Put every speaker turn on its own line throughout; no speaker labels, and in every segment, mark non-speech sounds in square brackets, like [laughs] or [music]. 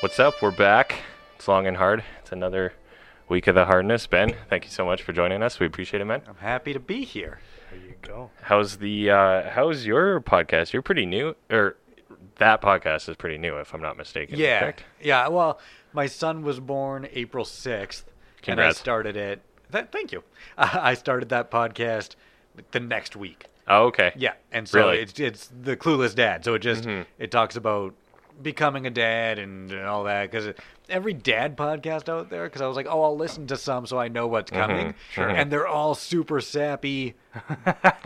What's up? We're back. It's long and hard. It's another week of the hardness. Ben, thank you so much for joining us. We appreciate it, man.
I'm happy to be here. There you go.
How's the uh, How's your podcast? You're pretty new, or that podcast is pretty new, if I'm not mistaken.
Yeah.
correct?
Yeah. Well, my son was born April 6th. And I
Congrats.
started it. Th- thank you. [laughs] I started that podcast the next week.
Oh, okay.
Yeah. And so
Really? Mm-hmm.
it's, it's the clueless dad. So it just, it talks about becoming a dad and all that. Cause every dad podcast out there, cause I was like, oh, I'll listen to some so I know what's coming.
Mm-hmm. sure.
And they're all super sappy,
[laughs]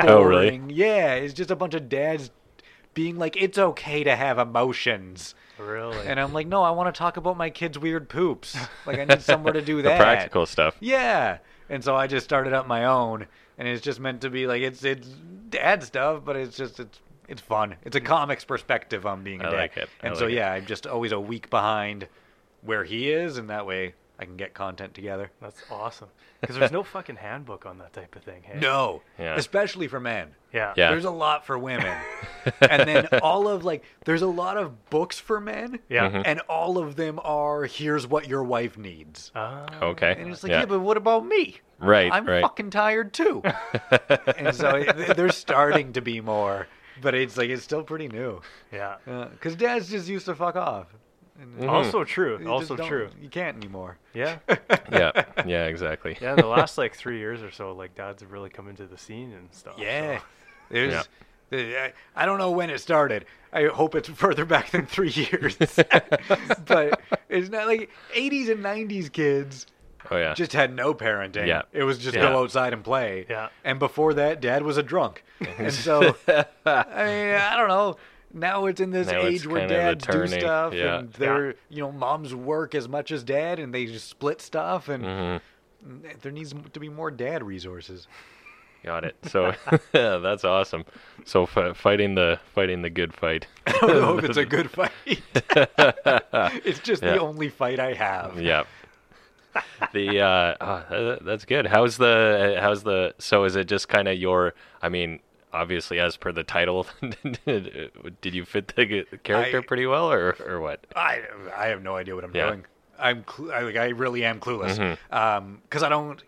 Oh, really?
boring. Yeah, it's just a bunch of dads being like, it's okay to have emotions.
Really?
And I'm like, no, I want to talk about my kids' weird poops. Like, I need somewhere to
[laughs]
do
The
that.
practical stuff.
Yeah. And so I just started up my own, and it's just meant to be like it's it's dad stuff, but it's just it's it's fun. It's a comics perspective on being a
Mm. I
dad.
like it. I
And so
like it.
yeah, I'm just always a week behind where he is, and that way I can get content together.
That's awesome. Because there's no fucking handbook on that type of thing. Hey?
No,
Yeah.
especially for men.
Yeah.
Yeah.
There's a lot
[laughs]
for women. and then all of like there's a lot of books for men.
Yeah.
Mm-hmm.
And all of them are here's what your wife needs.
Ah,
Okay.
And it's like,
yeah.
yeah, but what about me?
Right,
I'm
right.
fucking tired too. and so it, they're starting to be more, but it's like it's still pretty new.
yeah.
Because dad's just used to fuck off. And
Also true.
you just
Also
don't-
true.
You can't anymore. [laughs]
Yeah.
yeah. Yeah. Exactly.
Yeah. The last like three years or so, like dads have really come into the scene and stuff. so-
Yeah. There's. the- I- I don't know when it started. I hope it's [laughs] further back than three [laughs] years. but it's not like 80s and 90s kids
Oh yeah.
just had no parenting.
Yeah.
It was just
Yeah.
go outside and play.
Yeah.
And before that, dad was
[laughs]
a drunk. and so, I mean, I don't know. Now it's in this
Now it's
age where
kind of
dads do
returning.
stuff
Yeah.
and they're, you know, moms work as much as dad and they just split stuff and
Mm-hmm.
there needs to be more
[laughs]
dad resources.
Got it. So [laughs] that's awesome. So f- fighting the fighting the good fight.
I don't know if it's a
[laughs]
good fight. it's just
Yeah.
the only fight I have.
Yeah. the uh, ah, tha- that's good. How's the how's the so is it just kind of your I mean obviously as per the title [laughs] did you fit the g- character
I-
pretty well or or what?
I I have no idea what I'm
Yeah. Mm-hmm.
doing. I'm cl- I, like I really am clueless. Um, because I don't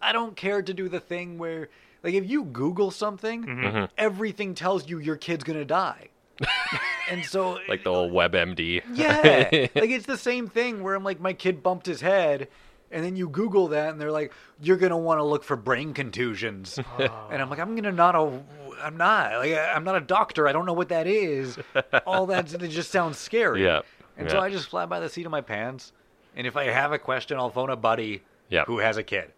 I don't care to do the thing where like if you Google something,
Mm-hmm.
everything tells you your kid's
[laughs]
gonna die, and so
Like the
[laughs]
old WebMD.
yeah, like it's the same thing where I'm like my kid bumped his head. And then you Google that, and they're like, "You're gonna want to look for
[laughs]
brain contusions," and I'm like, "I'm gonna not a, I'm not like I- I'm not a doctor. I don't know what that is.
[laughs]
All that it just sounds scary."
Yeah,
And so
yeah.
I just fly by the seat of my pants. And if I have a question, I'll phone a buddy
Yeah.
who has a kid,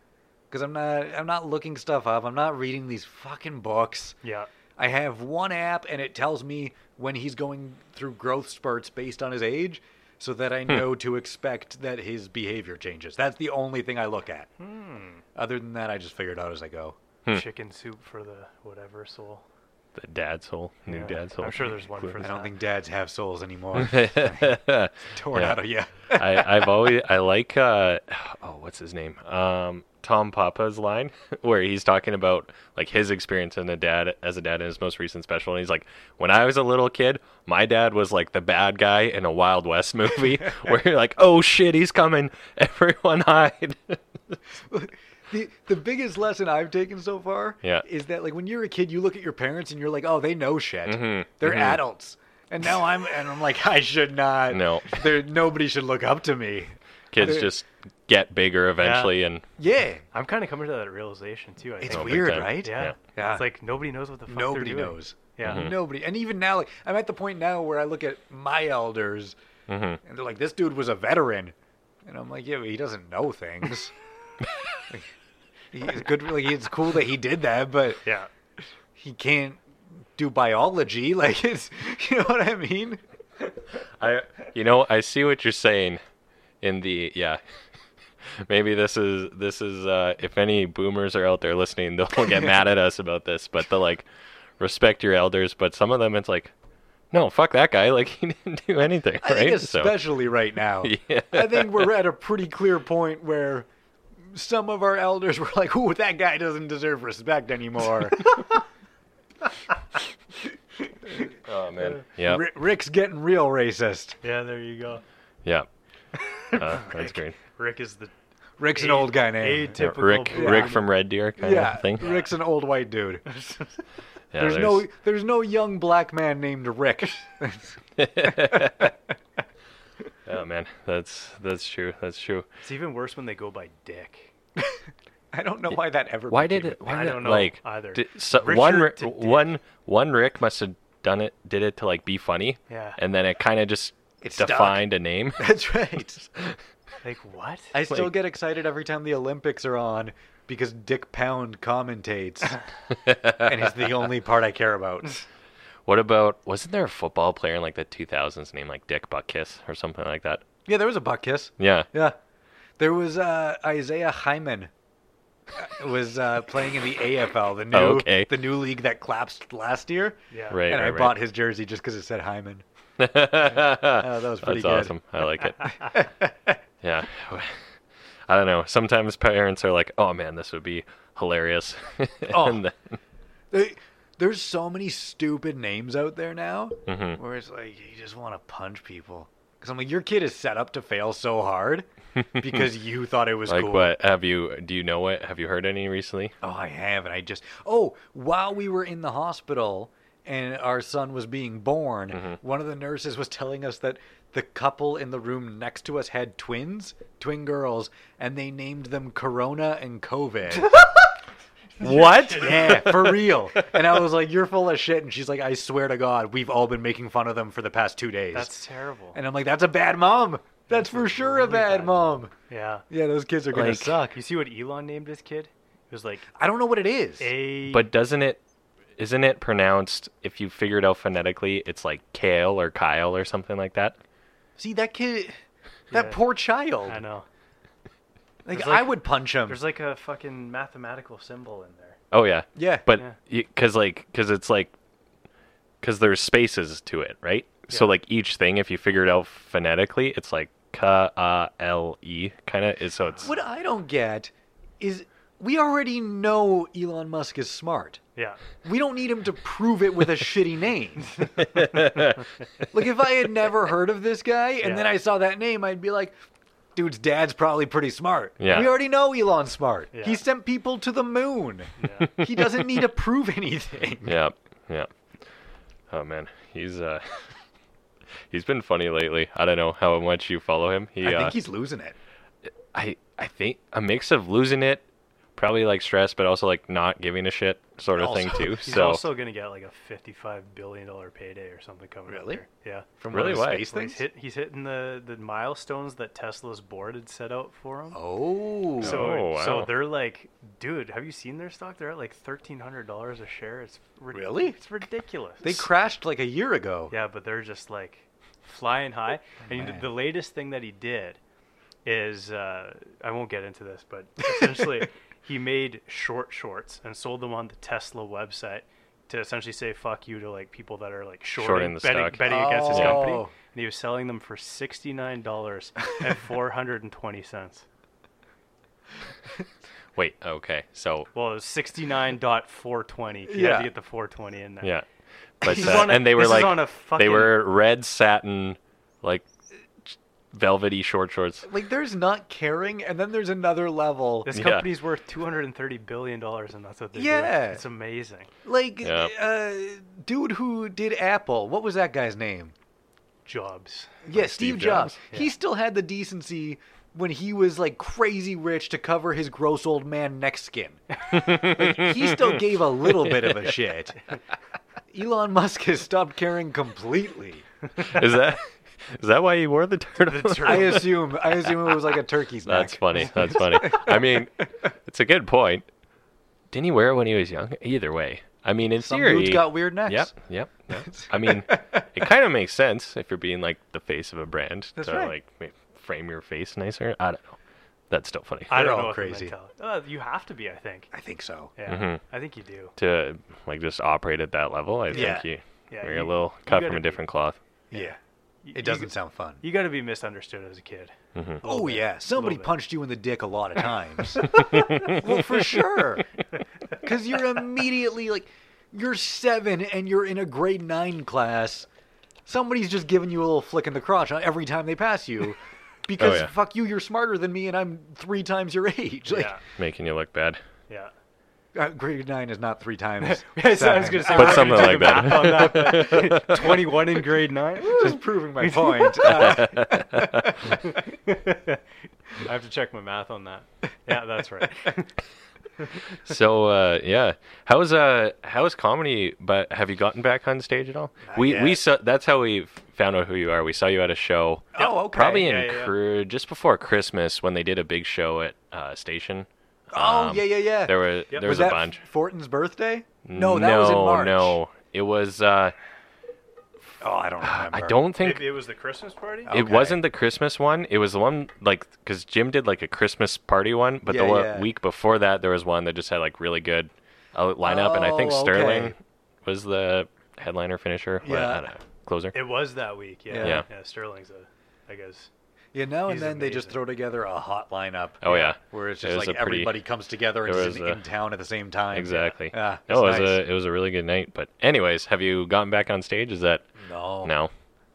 because I'm not I'm not looking stuff up. I'm not reading these fucking books.
Yeah.
I have one app and it tells me when he's going through growth spurts based on his age so that
Hmm.
I know to expect that his behavior changes. That's the only thing I look at.
Hmm.
Other than that, I just figure it out as I go.
Chicken soup for the whatever soul.
[laughs] the dad's hole, new
Yeah.
dad's hole.
I'm sure there's one for
I
that.
don't think dads have
[laughs]
souls anymore. Torn
Yeah.
out of you.
I, I've always I like uh oh what's his name um Tom Papa's line [laughs] where he's talking about like his experience and a dad as a dad in his most recent special and he's like when I was a little kid my dad was like the bad guy in a Wild West movie where you're like oh shit he's coming [laughs] everyone hide [laughs]
[laughs] the, the biggest lesson I've taken so far
Yeah.
is that like when you're a kid, you look at your parents and you're like, oh, they know shit.
Mm-hmm.
They're adults. And now I'm and I'm like, [laughs] I should not.
No.
there nobody should look up to me.
kids
They're-
just get bigger eventually and
Yeah,
I'm kind of coming to that realization too. I
it's
think.
big
weird,
time.
right?
Yeah.
Yeah.
It's like nobody knows what the fuck they're
nobody
doing.
knows.
Yeah.
Nobody. And even now, like I'm at the point now where I look at my elders, and they're like, "This dude was a veteran," and I'm like, "Yeah, but he doesn't know things." Like, he's good. Like it's cool that he did that, but
Yeah.
he can't do biology. [laughs] Like it's, you know what I mean?
I you know I see what you're saying in the yeah [laughs] maybe this is this is uh if any boomers are out there listening [laughs] they'll get mad at us about this but the like respect your elders but some of them it's like no fuck that guy [laughs] like he didn't do anything
I
right
think especially right now.
Yeah.
I think we're at a pretty clear point where some of our elders were like, "Ooh, that guy doesn't deserve respect anymore."
oh man yeah
Ri- Rick's getting real racist.
Yeah. There you go.
Yeah.
[laughs]
Uh, that's great.
Rick is the [laughs]
Rick's an
A-
old guy name.
Yeah,
atypical.
Rick,
blonde.
Rick from Red Deer kind
yeah,
of thing.
Rick's an old white dude.
Yeah, [laughs]
there's, no there's no young black man named Rick. [laughs] e-
[laughs] Oh man, that's that's true. That's true.
It's even worse when they go by Dick.
I don't know why that ever.
Why
became
did it?
a
Why
I
did it,
don't know
like
either.
di- so one
Richard
Rick,
to Dick.
one one Rick must have done it. Did it to like be funny.
Yeah.
And then it kind of just
It stuck.
defined a name.
thing. [laughs] That's right.
Like what?
I still
Like-
get excited every time the Olympics are on because Dick Pound commentates,
[laughs]
and it's the only part I care about.
What about wasn't there a football player in like the 2000s named like Dick Buckkiss or something like that?
Yeah, there was a butt kiss.
Yeah.
Yeah, there was uh, Isaiah Hyman uh, was uh, playing in the AFL, the new
Oh, okay.
the new league that collapsed last year.
Yeah.
Right.
and I
right.
bought his jersey just because it said Hyman. that was pretty
That's
good.
awesome. I like it. yeah. I don't know. Sometimes parents are like, "Oh man, this would be hilarious." [laughs]
Oh.
And then-
[laughs] They, there's so many stupid names out there now
Mhm.
where it's like you just want to punch people. Because I'm like, your kid is set up to fail so hard because you thought it was
like
cool.
what? Have you do you know what? Have you heard any recently?
Oh, I haven't. I just oh, while we were in the hospital and our son was being born, one of the nurses was telling us that the couple in the room next to us had twins, twin girls, and they named them Corona and COVID.
What?
[laughs] yeah, for real. And I was like, "You're full of shit." And she's like, "I swear to God, we've all been making fun of them for the past two days."
That's terrible.
and I'm like, "That's a bad mom. That's for sure a bad,
bad
mom."
yeah.
Yeah, those kids are gonna
Like-
suck.
You see what Elon named his kid? It was like
I don't know what it is.
a.
But doesn't it isn't it pronounced if you figure it out phonetically, it's like Kale or Kyle or something like that?
See that kid, that
Yeah.
poor child.
I know.
Like,
There's
I
like-
would punch him.
There's like a fucking mathematical symbol in there.
Oh yeah.
yeah,
But
Yeah.
because like because it's like because there's spaces to it, right? So
Yeah.
like each thing, if you figure it out phonetically, it's like K A L E kind of is. So it's
what I don't get is we already know Elon Musk is smart.
Yeah.
We don't need him to prove it with a shitty
[laughs]
name. like if I had never heard of this guy and then
Yeah.
I saw that name, I'd be like, dude's dad's probably pretty smart.
Yeah.
We already know Elon's smart.
Yeah.
He sent people to the moon.
Yeah.
He doesn't need to prove anything.
[laughs] yeah, yeah. Oh man, he's uh [laughs] he's been funny lately. I don't know how much you follow him. He
I
uh,
think he's losing it.
I I think a mix of losing it, probably like stress, but also like not giving a shit sort of
Also-
thing
[laughs]
too.
He's
so
also gonna get like a fifty-five billion dollar payday or something coming. up
Really?
there. Yeah.
From
Really?
one of
Why?
his space
Well, he's
things?
hit. He's hitting the the milestones that Tesla's board had set out for him.
Oh.
So,
Oh, wow.
so they're like, dude, have you seen their stock? They're at like thirteen hundred dollars a share. It's rid-
Really?
It's ridiculous.
they crashed like a year ago.
yeah, but they're just like flying high.
Oh,
And
Man.
the latest thing that he did is uh, I won't get into this, but
[laughs]
essentially he made short shorts and sold them on the Tesla website to essentially say fuck you to like people that are like shorting,
Shorting the
betting,
stock.
betting against his company.
Oh.
And he was selling them for sixty nine dollars and four hundred and twenty cents.
wait, okay,
[laughs]
so
Well, it was 69.420. You had
Yeah.
to get the 420 in there.
yeah, but
This is
uh,
on a-
and they were
this is
like
on a
they
fucking-
were red satin, like velvety short shorts.
Like there's not caring, and then there's another level.
This
Yeah.
company's worth 230 billion dollars and that's what they
Yeah.
do. It's amazing.
Like
Yeah.
uh, dude who did Apple. What was that guy's name?
Jobs.
Yeah, Steve,
Steve
Jobs.
Jobs?
He still had the decency when he was like crazy rich to cover his gross old man neck skin. Like, he still gave a little bit of a shit. Elon Musk has stopped caring completely.
Is that
[laughs]
is that why he wore the turtle?
I assume I assume it was like a turkey's neck.
That's funny. That's
[laughs]
funny. I mean, it's a good point. Didn't he wear it when he was young? Either way, I mean, in
Some
theory,
dude's got weird necks.
Yep, yep. yep. I mean, it kind of makes sense if you're being like the face of a brand
That's
to
right.
like ma- frame your face nicer. I don't know. That's still funny.
I
They're
don't
all
know what the
crazy. Mm-hmm.
mentality- Uh, you have to be, I think.
[laughs] I think so.
Yeah. I think you do.
to like just operate at that level, I
Yeah.
think you,
Yeah,
you're
you-
a little
you
cut
gotta
from a
be-
different cloth.
Yeah.
You-
It doesn't
You,
sound fun.
you got to be misunderstood as a kid.
Oh yeah, somebody
bit.
punched you in the dick
[laughs]
a lot of times. well, for sure, because you're immediately like, you're seven and you're in a grade nine class. somebody's just giving you a little flick in the crotch every time they pass
[laughs]
you, because
Oh, yeah.
fuck you, you're smarter than me, and I'm three times your age. Like,
yeah,
making you look bad.
yeah. [laughs]
uh, grade nine is not
[laughs]
three times.
Yes, I was
seven.
gonna
[laughs]
say,
But
we're not
something
gonna
like
do the
that.
math on that, but 21 in grade nine.
just
[laughs]
proving my point. Uh,
[laughs] I have to check my math on that. Yeah, that's
[laughs]
right.
So uh, yeah, how's uh how's comedy? But have you gotten back on stage at all? we we
yet.
saw that's how we found out who you are. We saw you at a show.
oh, okay.
Probably
yeah,
in
yeah.
Cr- just before Christmas when they did a big show at uh, Station.
Oh,
Um,
yeah, yeah, yeah.
There were there was,
was
a
that
bunch.
Fortin's birthday? No, that was in
No,
March.
No, it was. Uh,
Oh, I don't remember.
[sighs] I don't think
Maybe it was the Christmas party.
It
Okay.
wasn't the Christmas one. It was the one like because Jim did like a Christmas party one, but the
Yeah,
one,
yeah.
week before that there was one that just had like really good uh, lineup, and I think
Oh, okay.
Sterling was the headliner finisher, or,
Yeah.
I don't know, closer.
It was that week. Yeah.
Yeah.
Yeah. Sterling's a, I guess.
Yeah, now and
He's
then they just
amazing.
throw together a hot lineup.
Oh, yeah.
where it's
It
just
was
like
a pretty-
everybody comes together and
it
is in,
was a-
in town at the same time.
[laughs] exactly.
Yeah,
no, it was
it's nice.
a it was a really good night. But anyways, have you gotten back on stage? Is that
No,
now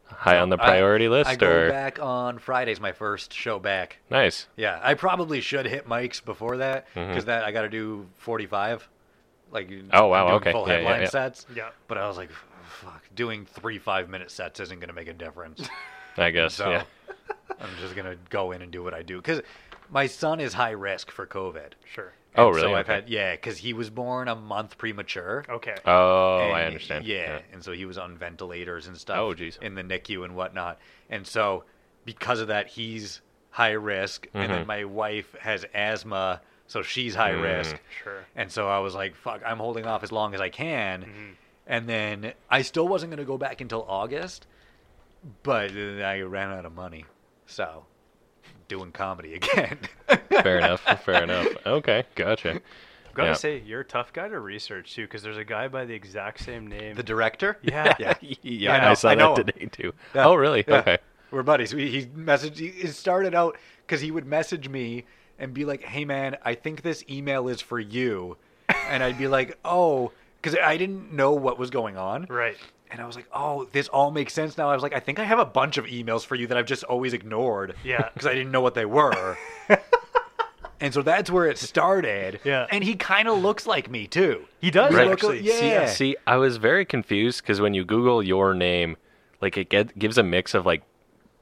high on the
I-
priority list
I go
or
back on Fridays. My first show back.
nice?
Yeah, I probably should hit mics before that because that I got to do forty-five. Like
Mm-hmm. Oh, wow,
I'm doing
okay.
full
Yeah, yeah,
headline
yeah.
sets.
Yeah.
but I was like, fuck, doing three five-minute sets isn't gonna make a
[laughs]
difference.
I guess
So
yeah.
[laughs] I'm just gonna go in and do what I do because my son is high risk for COVID.
Sure.
Oh
And
really?
So I've
Okay.
had yeah, because he was born a month premature.
Okay.
Oh, I
and-
understand.
Yeah, and so he was on ventilators and stuff.
Oh, geez.
In the NICU and whatnot, and so because of that, he's high risk. And
Mm-hmm.
then my wife has asthma, so she's
Mm.
high risk.
sure.
And so I was like, "Fuck, I'm holding off as long as I can."
Mm-hmm.
And then I still wasn't going to go back until August, but then I ran out of money, so doing comedy again. [laughs]
Fair enough. Fair enough. Okay, gotcha.
Gotta
Yeah.
say, you're a tough guy to research too, because there's a guy by the exact same name.
the director?
yeah.
[laughs] [laughs] Yeah.
[laughs] yeah,
I
I,
know-
saw
I know
that
him.
today too.
Yeah,
Oh, really?
yeah.
Okay.
We're buddies. We, he messaged. He it started out because he would message me and be like, "Hey man, I think this email is for you," and I'd be like, "Oh," because I didn't know what was going on,
Right.
and I was like, "Oh, this all makes sense now." I was like, "I think I have a bunch of emails for you that I've just always ignored." [laughs]
Yeah.
because I didn't know what they
[laughs]
were. And so that's where it started.
Yeah.
And he kind of looks like me too.
He does
Right.
actually.
Yeah.
See, see, I was very confused because when you Google your name, like it get, gives a mix of like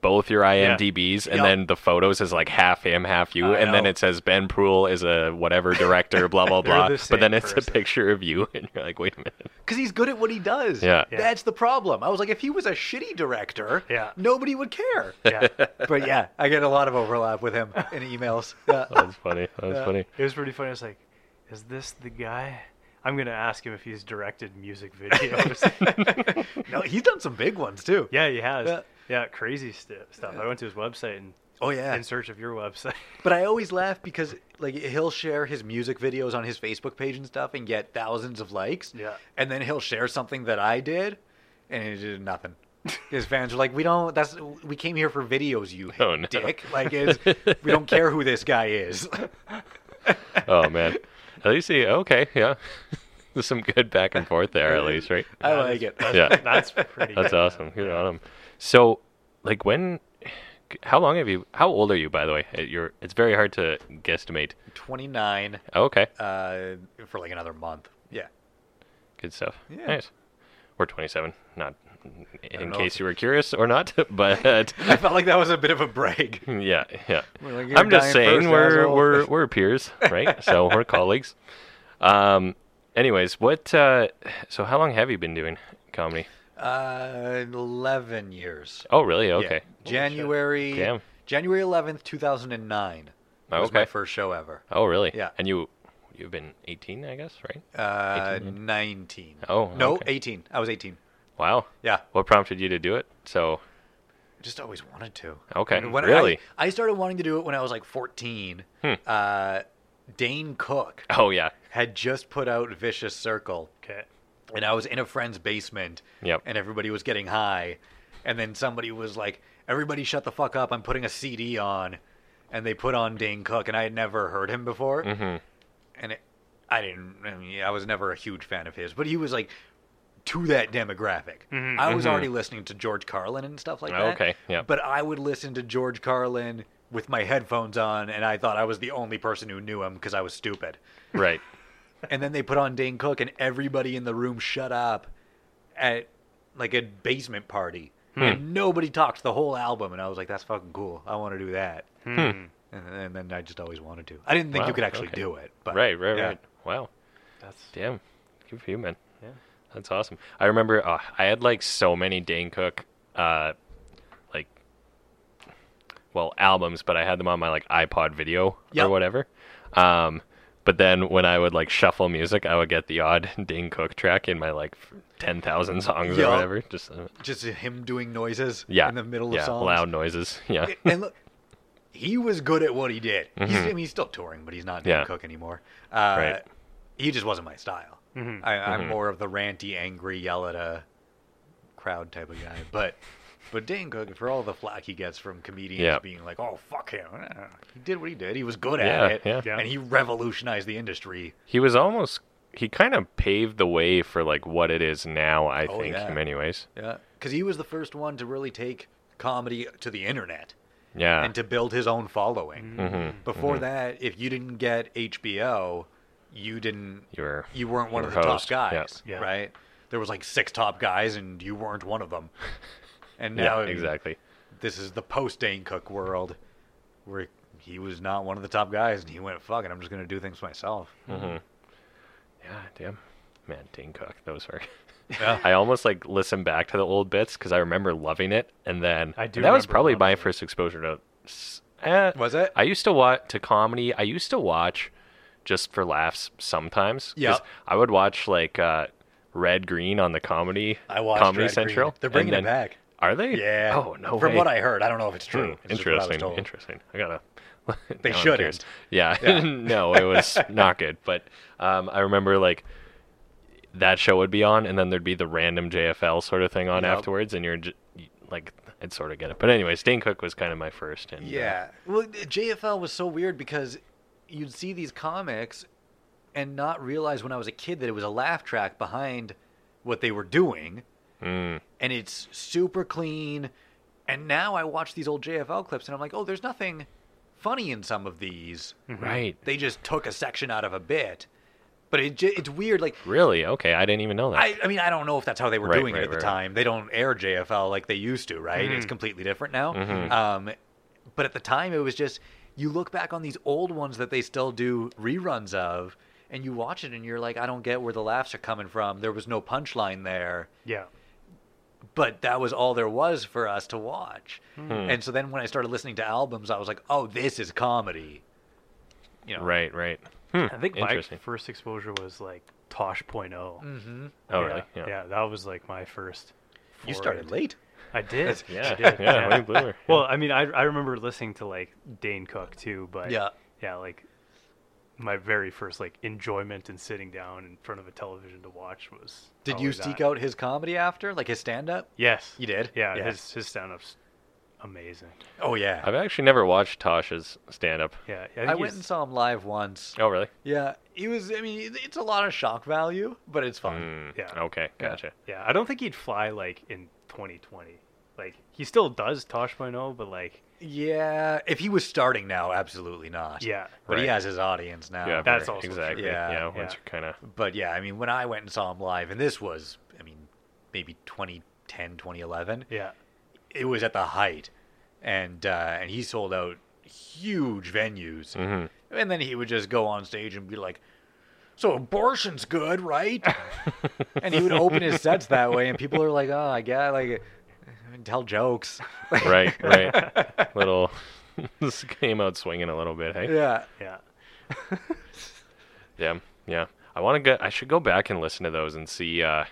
both your IMDb's and
Yup.
then the photos is like half him, half you,
I
and then
know.
it says Ben Prool is a whatever director, blah
[laughs]
blah
They're
blah.
the
but then
same
it's a
person.
picture of you, [laughs] and you're like, wait a minute.
Because he's good at what he does.
Yeah.
Yeah.
That's the problem. I was like, if he was a shitty director,
Yeah.
nobody
[laughs]
would care.
Yeah.
but yeah, I get a lot of overlap with him in emails. Yeah.
That's funny. That's
Yeah.
funny.
It was pretty funny. I was like, is this the guy? I'm gonna ask him if he's directed music videos.
No, he's done some big ones too.
yeah, he has.
Yeah.
Yeah, crazy stu- stuff. I went to his website and
Oh yeah.
in search of your website. [laughs]
But I always laugh because like he'll share his music videos on his Facebook page and stuff and get thousands of likes.
Yeah.
And then he'll share something that I did, and it did
[laughs]
nothing. His fans are like, "We don't. That's we came here for videos, you
Oh, no.
dick. Like, it's, we don't care who this guy is." [laughs]
Oh man. At least he. Okay, yeah. [laughs] There's some good back and forth there, at least, right?
I
That
like
is-
it.
That's,
Yeah.
that's pretty.
That's
good.
awesome. Good on him. So, like, when? How long have you? How old are you, by the way? Uh, You're. It's very hard to guesstimate.
Twenty nine
Oh, okay,
uh, for like another month. Yeah. [laughs]
good stuff.
yeah.
Nice. We're 27. Not in
know
case
if-
you were curious or not, [laughs] but
I felt like that was a bit of a brag.
yeah, yeah.
We're like, "You're
I'm just saying
dying first,
we're
asshole."
we're we're peers, right?
[laughs]
so we're colleagues. Um. Anyways, what? Uh, so how long have you been doing comedy?
Uh, eleven years.
Oh, really? Okay.
Yeah. January.
Damn.
January eleventh, two thousand and nine.
Oh,
was my
okay.
first show ever.
Oh, really?
Yeah.
And you, you've been 18, I guess, right?
Uh, nineteen.
Oh,
no,
okay.
eighteen. I was eighteen.
Wow.
Yeah,
What prompted you to do it? So,
just always wanted to.
okay,
When I-
really? Hmm.
I, started wanting to do it when I was like fourteen. Uh, Dane Cook
oh yeah,
had just put out Vicious Circle,
Okay.
and I was in a friend's basement.
Yep.
And everybody was getting high, and then somebody was like, "Everybody, shut the fuck up! I'm putting a CD on," and they put on Dane Cook, and I had never heard him before,
Mm-hmm.
and it, I didn't. I mean, I was never a huge fan of his, but he was like to that demographic.
Mhm.
I was
Mhm.
already listening to George Carlin and stuff like
Oh,
that.
okay, yeah.
But I would listen to George Carlin with my headphones on, and I thought I was the only person who knew him because I was stupid.
Right.
and then they put on Dane Cook, and everybody in the room shut up at like a basement party,
Hmm.
and nobody talked the whole album. And I was like, "That's fucking cool. I want to do that."
Hmm.
And, and then I just always wanted to. I didn't think you
Wow,
could actually
okay.
do it, [laughs] but
right. Right.
yeah.
Right. Wow.
That's
Damn. Good for you, man.
yeah.
That's awesome. I remember uh, I had like so many Dane Cook, uh, like, well, albums, but I had them on my like iPod video
Yep.
or whatever. Um, but then when I would like shuffle music, I would get the odd [laughs] Dane Cook track in my like ten thousand songs
Yup.
or whatever. Just uh,
Just him doing noises
yeah,
in the middle
yeah,
of songs.
loud noises. [laughs] Yeah,
and look, he was good at what he did. He's, I mean, he's still touring, but he's not Dane
Mm-hmm. Yeah.
Cook anymore. Uh,
Right. Mm-hmm.
He just wasn't my style.
Mhm.
I, I'm more of the ranty, angry, yell at a crowd type of guy. But but Dane Cook, for all the flack he gets from comedians
Yeah.
being like, "Oh fuck him," eh, he did what he did. He was good
Yeah,
at it,
yeah.
Yeah.
and he revolutionized the industry.
he was almost he kind of paved the way for like what it is now. I
Oh,
think
yeah.
in many ways.
Yeah, because he was the first one to really take comedy to the internet.
Yeah,
and to build his own following.
Mhm,
Before that, if you didn't get HBO, you didn't
you were
you weren't one
you
of
were
the
host, yeah.
top guys,
Yeah.
right? There was like six top guys, and you weren't one
[laughs]
of them. And
yeah
now
exactly.
this is the post Dane Cook world, where he was not one of the top guys, and he went, "Fuck it, I'm just gonna do things myself."
Hmm. Yeah, damn. Man, Dane Cook, those [laughs] were.
Yeah.
I almost like listen back to the old bits because I remember loving it, and then
I do
That was
remember
probably my
loving it.
first exposure to. s- eh,
Was it?
I used to watch to comedy. I used to watch just for laughs sometimes. 'cause
Yeah.
I would watch like uh, Red Green on the comedy.
I watched
Comedy
Red Green.
Central.
They're
and
bringing it
then- [laughs]
back.
Are they?
Yeah.
Oh no
From
way.
what I heard, I don't know if it's
Hmm,
true. It's just what I was
interesting.
told.
Interesting. I gotta. [laughs]
They
now I'm
shouldn't.
curious. Yeah.
Yeah.
[laughs] no, it was not good. But um, I remember like that show would be on, and then there'd be the random JFL sort of thing on
Yep.
afterwards, and you're j- like, I'd sort of get it. But anyway, Dane Cook was kind of my first. And, uh,
Yeah. Well, JFL was so weird because you'd see these comics and not realize when I was a kid that it was a laugh track behind what they were doing.
mm,
And it's super clean. And now I watch these old JFL clips and I'm like, oh, there's nothing funny in some of these.
right.
They just took a section out of a bit. But it, ju- it's weird. Like,
Really? Okay, I didn't even know that.
I, I mean, I don't know if that's how they were
Right,
doing it
right,
at the
right.
time. They don't air JFL like they used to, right? It's completely different now. Um, but at the time, it was just you look back on these old ones that they still do reruns of, and you watch it and you're like, I don't get where the laughs are coming from. There was no punchline there,
Yeah.
but that was all there was for us to watch. And so then when I started listening to albums, I was like, oh, this is comedy. You know,
Right, right. Hmm,
I think my [laughs]
interesting.
first exposure was like Tosh.0. Mm-hmm.
oh,
yeah,
really? Yeah.
yeah, that was like my first.
You
foray
started
into-
late.
I did.
[laughs] Yeah,
I did.
yeah, late bloomer, yeah.
Well, I mean, I, I remember listening to like Dane Cook too, but
Yeah.
yeah, like my very first like enjoyment in sitting down in front of a television to watch was.
Did
probably
you
Oh, that.
seek out his comedy after, like his stand up?
Yes,
You did?
Yeah,
Yeah.
his his stand ups amazing.
Oh, yeah.
I've actually never watched Tosh's stand up.
Yeah,
I,
think he's-
went and saw him live once.
Oh, really?
Yeah, he was. I mean, it- it's a lot of shock value, but it's fun.
Mm,
Yeah.
Okay,
Yeah.
gotcha.
Yeah, I don't think he'd fly like in 2020. Like he still does Tosh.0, but like
Yeah, if he was starting now, absolutely not.
yeah,
but he
Right.
has his audience now.
Yeah,
That's
right,
also true.
exactly.
Yeah,
yeah once
yeah.
you're kind of
But yeah, I mean, when I went and saw him live, and this was, I mean, maybe 2010, 2011,
yeah.
it was at the height, and uh, and he sold out huge venues,
Mm-hmm.
and then he would just go on stage and be like. So abortion's good,
[laughs]
right? and he would open his sets that way, and people are like, "Oh, I get like, tell jokes."
right,
[laughs]
right. little [laughs] this came out swinging a little bit. Hey,
[laughs] yeah,
Yeah.
yeah, yeah. I want to go. I should go back and listen to those and see, uh,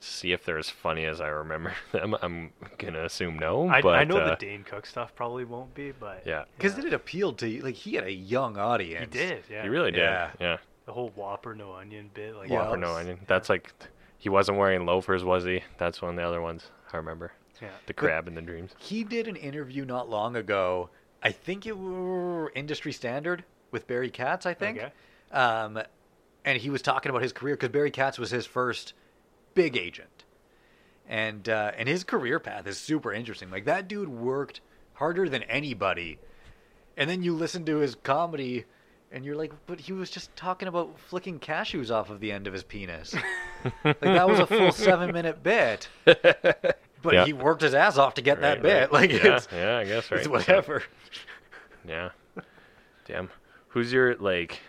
see if they're as funny as I remember [laughs] them. I'm gonna assume no,
I,
but
I know
uh,
the Dane Cook stuff probably won't be, but
yeah,
because it appealed to like he had a young audience.
he did. Yeah,
he really did.
Yeah.
Yeah,
the whole Whopper no onion bit. Like
Yeah.
Whopper no onion. That's like he wasn't wearing loafers, was he? That's one of the other ones I remember.
Yeah.
The crab and the dreams.
He did an interview not long ago. I think it were industry standard with Barry Katz. I think.
Okay.
Um, and he was talking about his career because Barry Katz was his first big agent, and uh, and his career path is super interesting. Like that dude worked harder than anybody, and then you listen to his comedy, and you're like, but he was just talking about flicking cashews off of the end of his penis. like that was a full seven minute bit, but
Yeah.
he worked his ass off to get that
Right,
bit.
right.
Like
yeah,
it's,
yeah, I guess right.
it's
So,
whatever.
yeah. Damn. Who's your like?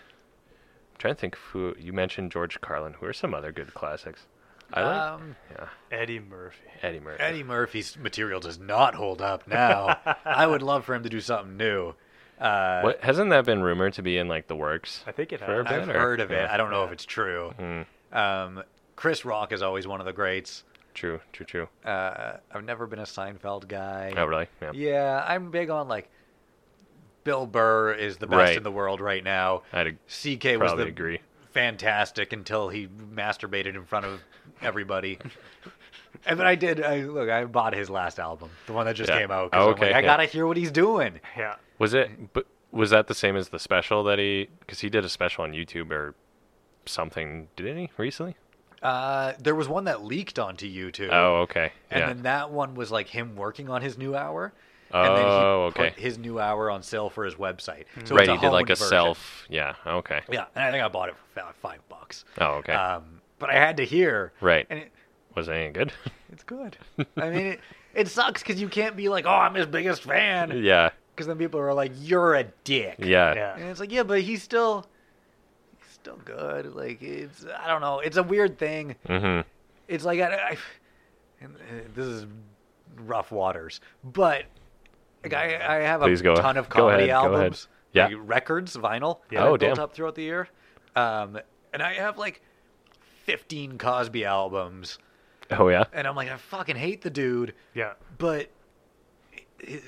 I'm trying to think. of Who you mentioned George Carlin? Who are some other good classics? I like.
Um,
yeah,
Eddie Murphy.
Eddie Murphy.
Eddie Murphy's material does not hold up now. I would love for him to do something new. Uh,
What hasn't that been rumored to be in like the works?
I think it
For a
has.
bit?
I've
or-
heard of it.
yeah. Mm-hmm.
I don't know if it's true. Um, Chris Rock is always one of the greats.
True, true, true.
Uh, I've never been a Seinfeld guy.
Oh, really? Yeah.
Yeah, I'm big on like Bill Burr is the best
Right.
in the world right now.
I'd ag-
CK was
probably
the
agree.
fantastic until he masturbated in front of everybody. and but I did. I, look, I bought his last album, the one that just
Yeah. Oh,
came out. 'cause I'm
Okay,
like, I
yeah.
gotta hear what he's doing.
Yeah.
Was it? But was that the same as the special that he? Because he did a special on YouTube or something, didn't he? Recently?
Uh, there was one that leaked onto YouTube.
Oh, okay.
And
yeah.
then that one was like him working on his new hour.
Oh,
and then he
okay.
put his new hour on sale for his website. So
right,
it's a
he did like
honed
a
version.
self. Yeah. Okay.
Yeah, and I think I bought it for about five bucks.
Oh, okay.
Um, but I had to hear.
Right.
And it,
was it any good? [laughs]
it's good. I mean, it, it sucks because you can't be like, oh, I'm his biggest fan. [laughs]
yeah.
Because then people are like, you're a dick.
Yeah.
Yeah.
And it's like, yeah, but he's still, he's still good. Like, it's, I don't know. It's a weird thing.
Mm-hmm.
it's like I, I and, uh, this is rough waters, but like I, I have a
Please go-
ton of
go
comedy
ahead, go ahead.
albums,
Yeah.
like records, vinyl
Yeah.
that I
Oh,
built
damn.
up throughout the year, um, and I have like fifteen Cosby albums,
Oh
[laughs]
yeah. [laughs]
and I'm like I fucking hate the dude,
Yeah.
but i- i-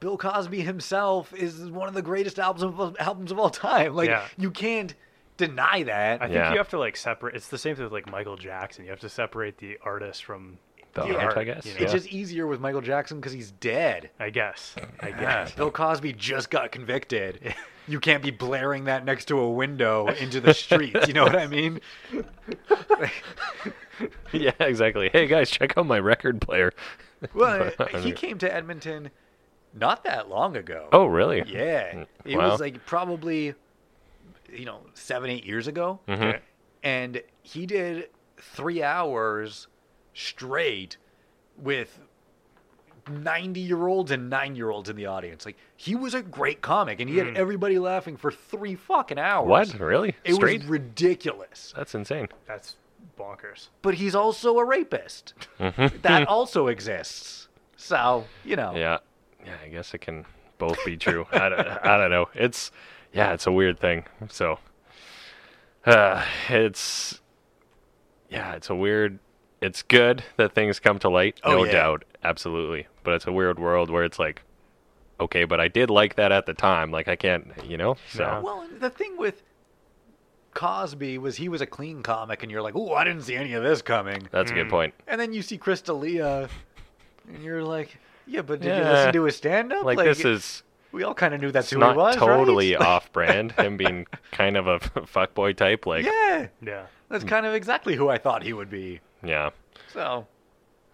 Bill Cosby himself is one of the greatest albums of, albums of all time. Like
Yeah.
you can't deny that.
I think
Yeah.
you have to like separate. It's the same thing with like Michael Jackson. You have to separate the artist from
The
Yeah.
art, I guess.
It's
Yeah.
It's just easier with Michael Jackson because he's dead.
I guess. I
Yeah,
Ah,
guess.
Bill Cosby just got convicted. [laughs] You can't be blaring that next to a window into the street. You know what
[laughs]
I mean?
yeah. Exactly. Hey guys, check out my record player. [laughs]
Well, he came to Edmonton not that long ago.
Oh really?
yeah. It
Wow.
was like probably, you know, seven, eight years ago.
Mhm.
And he did three hours straight with 90 year olds and nine year olds in the audience. Like, he was a great comic and he had everybody laughing for three fucking hours.
Hmm. What? Really?
It
Straight?
was ridiculous.
That's insane.
That's bonkers.
But he's also a rapist.
[laughs]
that also exists. So, you know.
Mm-hmm. Yeah. Yeah. I guess it can both be true. I don't. [laughs] I don't know. It's. Yeah. It's a weird thing. So. Uh, it's. Yeah. It's a weird. It's good that things come to light.
Oh,
no
yeah.
doubt. Absolutely. But it's a weird world where it's like. Okay, but I did like that at the time. Like I can't, you know. So
Yeah.
Well, and the thing with Cosby was he was a clean comic, and you're like, oh, I didn't see any of this coming.
that's a good point.
And then you see Chris D'Elia, and you're like, yeah, but did you
Yeah.
listen to his stand up?
Like, this is
We all kind of knew that's
it's
who
not
he was. right?
totally
[laughs]
off-brand. Him being kind of a [laughs] fuckboy type. Like
yeah,
Yeah.
that's kind of exactly who I thought he would be.
yeah.
So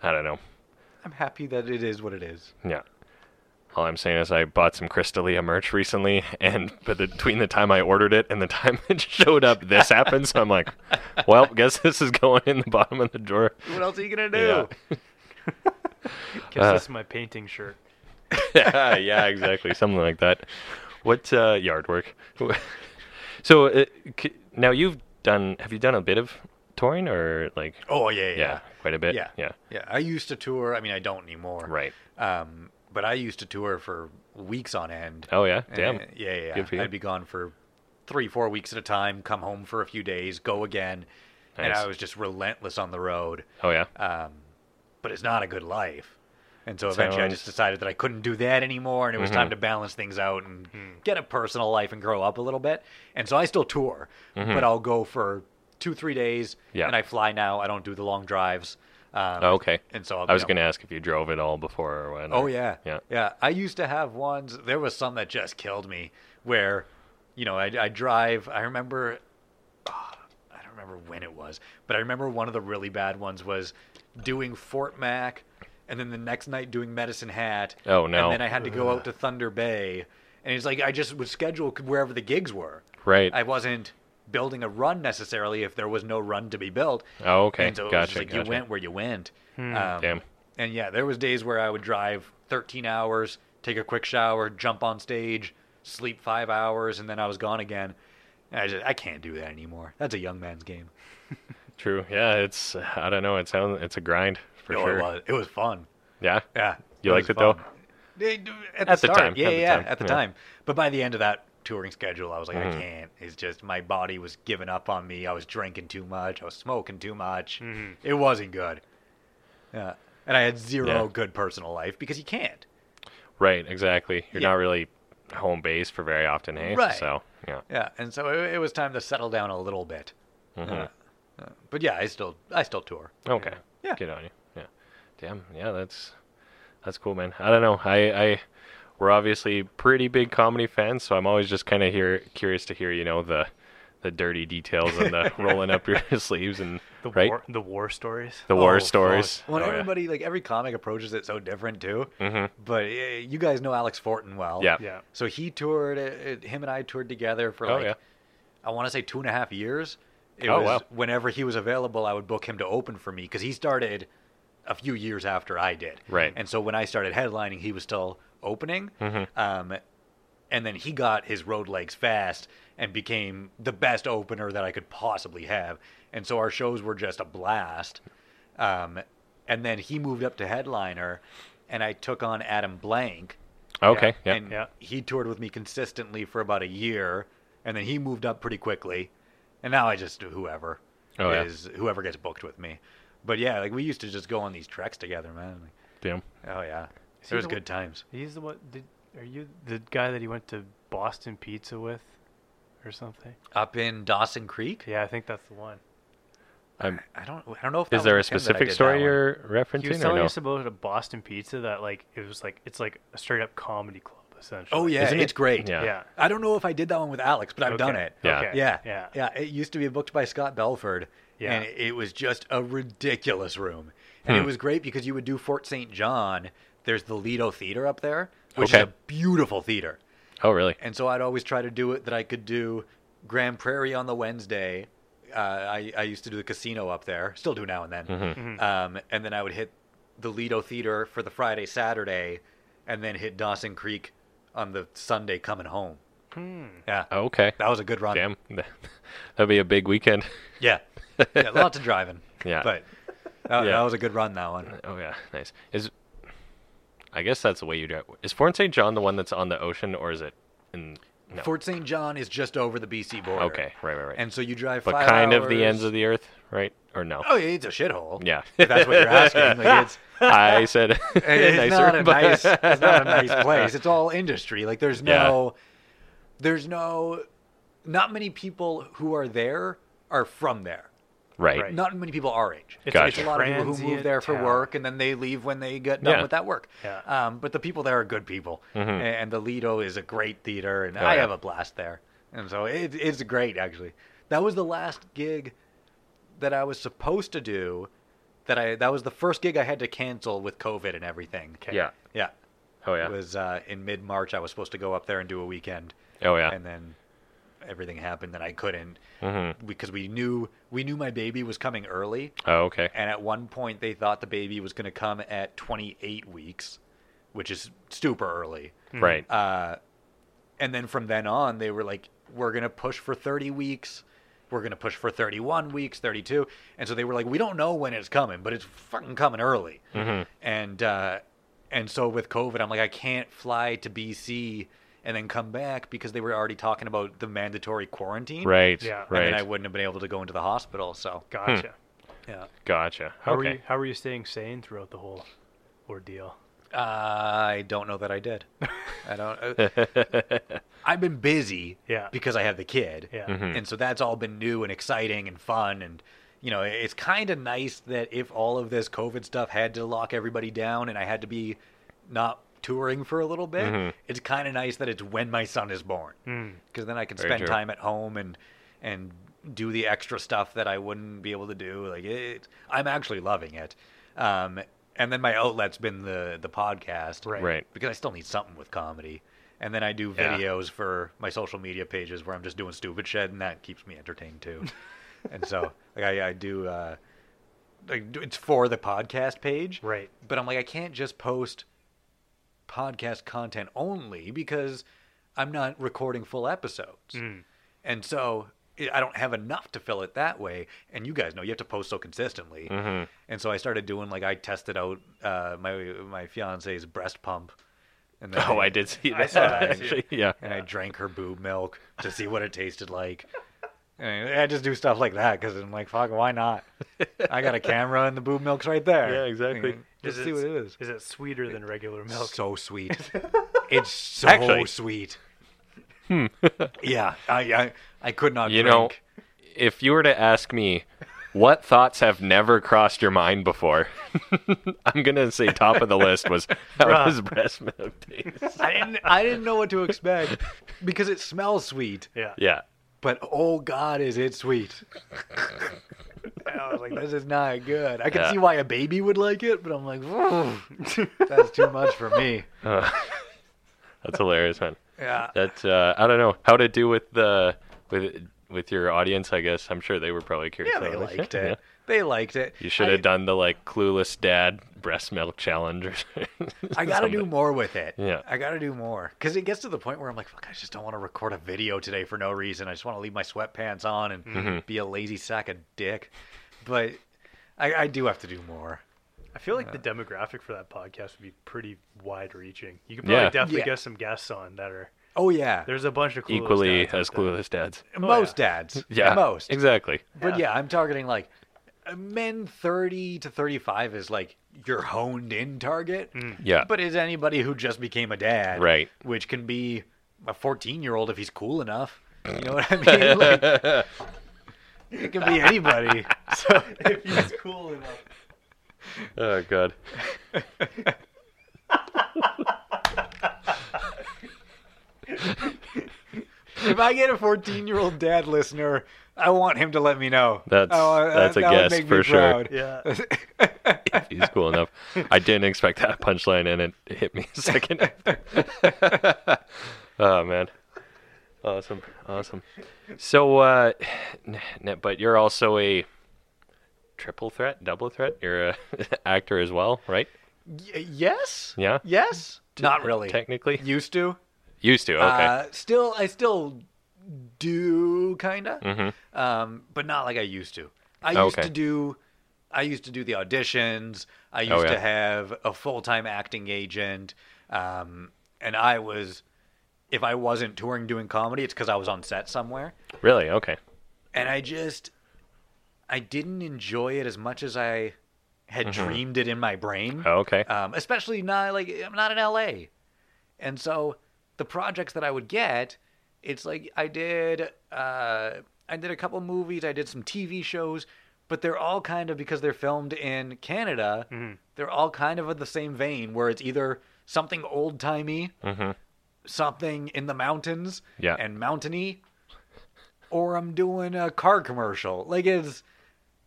I don't know.
I'm happy that it is what it is.
Yeah. All I'm saying is I bought some Crystalia merch recently, [laughs] and but between the time I ordered it and the [laughs] time it showed up, this happened. So I'm like, well, guess this is going in the bottom of the drawer.
What else are you gonna do?
Yeah.
Guess
Uh,
this is my painting shirt.
yeah, [laughs] yeah, exactly, something like that. What uh, yard work? [laughs] so uh, c- now you've done. Have you done a bit of touring or like?
Oh yeah, yeah,
Yeah, quite a bit.
yeah,
yeah.
yeah. I used to tour. I mean, I don't anymore.
Right.
Um, but I used to tour for weeks on end.
Oh yeah. Damn.
And- yeah, yeah. yeah.
Good for you.
I'd be gone for three, four weeks at a time, come home for a few days, go again. And
Nice.
I was just relentless on the road.
Oh yeah.
Um, but it's not a good life. And so eventually I just
Sounds-
decided that I couldn't do that anymore and it was
Mm-hmm.
time to balance things out and get a personal life and grow up a little bit. And so I still tour, but I'll go for two, three days.
Mm-hmm. Yeah.
And I fly now. I don't do the long drives. Um,
Oh, okay.
And so I'll,
I was
you know,
gonna ask if you drove it all before or when.
Oh
or-
yeah,
Yeah.
yeah. I used to have ones. There was some that just killed me, where, you know, I I drive. I remember, ah, I don't remember when it was. was, but I remember one of the really bad ones was doing Fort Mac, and then the next night doing Medicine Hat.
Oh, no.
And then I had to go out to Thunder Bay, and it's like I just would schedule wherever the gigs were.
Right.
I wasn't building a run necessarily if there was no run to be built.
Oh, okay.
And so it was
Gotcha,
just like
gotcha.
you went where you went. Um,
Damn.
And yeah, there was days where I would drive 13 hours, take a quick shower, jump on stage, sleep five hours, and then I was gone again. And I just I can't do that anymore. That's a young man's game.
True. Yeah, it's I don't know. It sounds it's a grind for
No,
sure.
Oh, it was. It was fun.
Yeah.
Yeah.
You liked
was
it, though?
fun. Eh, d- At the,
At the
start,
time,
Yeah,
at the
yeah,
time,
at the
yeah.
time. But by the end of that touring schedule, I was like, I
Mhm.
can't. It's just my body was giving up on me. I was drinking too much. I was smoking too much.
Mm-hmm.
It wasn't good. Yeah. And I had zero
Yeah.
good personal life because you can't.
Right. Exactly. You're
Yeah.
not really home base for very often, hey?
Right.
So yeah.
Yeah. And so it, it was time to settle down a little bit.
Mhm.
Uh, uh, but yeah, I still I still tour.
Okay.
Yeah.
Good on you. Yeah. Damn. Yeah, that's that's cool, man. I don't know. I I we're obviously pretty big comedy fans, so I'm always just kind of here curious to hear, you know, the the dirty details and
[laughs]
the rolling up your [laughs] sleeves and
The
right
war, the war stories.
the
Oh,
war
fuck.
stories.
Well,
Oh, yeah.
everybody like every comic approaches it so different too.
Mhm.
But uh, you guys know Alex Fortin well.
Yeah.
yeah.
So he toured. uh, uh, Him and I toured together for
Oh,
like,
yeah.
I want to say two and a half years. It
Oh, wow.
was Whenever he was available, I would book him to open for me because he started a few years after I did.
Right.
And so when I started headlining, he was still opening.
Mm-hmm.
Um, and then he got his road legs fast and became the best opener that I could possibly have. And so our shows were just a blast. Um, and then he moved up to headliner, and I took on Adam Blank.
Okay. Yeah.
And
Yeah.
he toured with me consistently for about a year, and then he moved up pretty quickly, and now I just do whoever
Oh, yeah.
is whoever gets booked with me. But yeah, like we used to just go on these treks together, man. Like,
Damn.
oh yeah,
Is he
there was
the-
good times.
He's the one. Did are you the guy that he went to Boston Pizza with, or something?
Up in Dawson Creek,
Yeah, I think that's the one.
I'm,
I don't, I don't know if that
is there a
was with him that I did
specific
that
story
one.
you're referencing
He was
or
telling
no?
us about a Boston Pizza that like it was like it's like a straight up comedy club essentially.
Oh yeah,
Isn't it-
it's great.
Yeah.
Yeah.
I don't know if I did that one with Alex, but I've done
Okay.
it.
Yeah.
Okay.
Yeah.
Yeah.
It used to be booked by Scott Belford.
Yeah. Hmm.
And it was just a ridiculous room. And it was great because you would do Fort St. John. There's the Lido Theater up there, which is
Okay.
a beautiful theater.
Oh really?
And so I'd always try to do it that I could do Grand Prairie on the Wednesday. Uh, I, I used to do the casino up there, still do now and then.
Mm-hmm.
Um, and then I would hit the Lido Theater for the Friday, Saturday, and then hit Dawson Creek on the Sunday coming home. Yeah.
Oh.
Okay.
That was a good run.
Damn. [laughs] That'd be a big weekend.
Yeah. yeah lots of driving.
[laughs] Yeah.
But that,
Yeah.
that was a good run, that one.
Oh yeah, nice. Is I guess that's the way you do it. Is Fort St. John the one that's on the ocean, or is it in? No.
Fort St. John is just over the BC border.
okay, right, right, right.
And so you drive
but
five
kind of the ends
hours-
of the earth, right? Or
[laughs]
no?
Oh, yeah, it's a shithole.
Yeah.
If that's what you're asking.
[laughs]
Like, it's,
I said [laughs]
it's
nicer,
not a
but- [laughs]
nice it's not a nice place it's all industry like there's
Yeah.
no there's no not many people who are there are from there
right.
Right.
not many people our age
It's
Gotcha.
it's a lot of people who move
transient
there for
town.
work and then they leave when they get done
Yeah.
with that work
Yeah.
um, but the people there are good people A- and the lido is a great theater and
Mm-hmm. Oh,
i
yeah.
have a blast there and so it, it's great actually that was the last gig that i was supposed to do that i that was the first gig i had to cancel with covid and everything
Okay.
Yeah.
yeah.
Oh yeah.
It was uh, in mid March. I was supposed to go up there and do a weekend,
oh yeah.
and then everything happened, and I couldn't
Mhm.
because we knew we knew my baby was coming early,
Oh okay.
and at one point they thought the baby was going to come at 28 weeks, which is super early.
Right.
Uh, and then from then on, they were like, "We're going to push for 30 weeks." We're gonna push for 31 weeks, 32, and so they were like, "We don't know when it's coming, but it's fucking coming early."
Mhm.
and uh, and so with COVID, I'm like, I can't fly to BC and then come back because they were already talking about the mandatory quarantine.
Right.
Yeah. And
And
Right.
then I wouldn't have been able to go into the hospital. So
Gotcha.
yeah,
gotcha.
How were
okay.
you?
[laughs]
How were you staying sane throughout the whole ordeal?
uh, I don't know that I did. I don't.
[laughs]
uh, I've been busy.
Yeah.
Because I have the kid.
Yeah.
Mm-hmm.
And so that's all been new and exciting and fun and. You know, it's kind of nice that if all of this COVID stuff had to lock everybody down and I had to be not touring for a little bit,
Mm-hmm.
it's kind of nice that it's when my son is born.
Mm.
because then I can
Very
spend
true.
time at home and and do the extra stuff that I wouldn't be able to do. Like it, I'm actually loving it. Um, and then my outlet's been the the podcast,
Right.
Right.
Because I still need something with comedy. And then I do
Yeah.
videos for my social media pages where I'm just doing stupid shit, and that keeps me entertained too. and so, like, I, I do. Uh, like do- it's for the podcast page,
Right.
But I'm like, I can't just post podcast content only because I'm not recording full episodes, and so i- I don't have enough to fill it that way. And you guys know you have to post so consistently,
Mm-hmm.
and so I started doing like I tested out uh, my my fiance's breast pump. And then
[laughs] Oh, I did see that.
I saw that, too.
actually. Yeah.
and I drank her boob milk to see what it tasted like. [laughs] And I just do stuff like that because I'm like, fuck,
[laughs]
why not? I got a camera and the boob milk's right there.
Yeah, exactly.
You know, Just see what it is.
Is it sweeter than regular milk?
So [laughs] sweet. it's so
Actually-
sweet.
Hmm. [laughs]
yeah, I, I I could not.
You
drink.
know, if you were to ask me, what thoughts have never crossed your mind before? [laughs] I'm gonna say top of the list was how
Bruh.
does breast milk taste?
I didn't I didn't know what to expect because it smells sweet,
yeah.
Yeah,
but oh god, is it sweet? I was like, this is not good. I can
Yeah.
see why a baby would like it, but I'm like, [laughs] that's too much for me.
that's hilarious, man.
Yeah.
That's uh, I don't know how to do with the with with your audience. I guess I'm sure they were probably curious.
Yeah, they
about
liked
Yeah.
it. They liked it.
You should
I-
have done the like clueless dad breast milk challenge. Or something.
[laughs] I gotta do more with it.
Yeah.
I gotta do more because it gets to the point where I'm like, fuck, I just don't want to record a video today for no reason. I just want to leave my sweatpants on and
Mm-hmm.
be a lazy sack of dick. But I, I do have to do more.
I feel like the demographic for that podcast would be pretty wide reaching. You could
Yeah.
probably definitely
Yeah.
get some guests on that are.
Oh yeah,
There's a bunch of clueless
equally
dads out
as
there.
clueless dads.
most dads.
oh, [laughs] Yeah,
most.
exactly.
But yeah, I'm targeting like uh, men 30 to 35 is like your honed in target.
Mm. Yeah,
But is anybody who just became a dad,
Right.
Which can be a fourteen-year-old if he's cool enough. You know what
[laughs]
I mean? Like, it can be anybody. [laughs] So
[laughs] if he's cool enough.
Oh god.
if I get a fourteen-year-old dad listener, I want him to let me know.
That's-
I want-
that's a
that would
guess
make me
for sure.
proud. [laughs]
Yeah.
He's cool enough. I didn't expect that punchline, and it hit me [laughs] a second. after. [laughs] oh man, awesome, awesome. So, uh, n- n- but you're also a triple threat, double threat. You're a [laughs] actor as well, right?
Y- yes.
Yeah?
Yes. Not really.
Technically,
Used to.
used to. Okay.
Uh, still, I still do kinda, um, but not like I used to. I used
Mm-hmm. Okay.
to do, I used to do the auditions. I used
Oh, yeah.
to have a full time acting agent, um, and I was, if I wasn't touring doing comedy, it's because I was on set somewhere,
really? Okay.
and I just, I didn't enjoy it as much as I had dreamed it in my brain
Oh, okay.
um, especially not like I'm not in LA, and so the projects that I would get, it's like I did uh, I did a couple movies, I did some TV shows, but they're all kind of because they're filmed in Canada,
Mm-hmm.
they're all kind of of the same vein where it's either something old timey, something in the mountains,
Mm-hmm. Yeah.
and mountainy, or I'm doing a car commercial. Like it's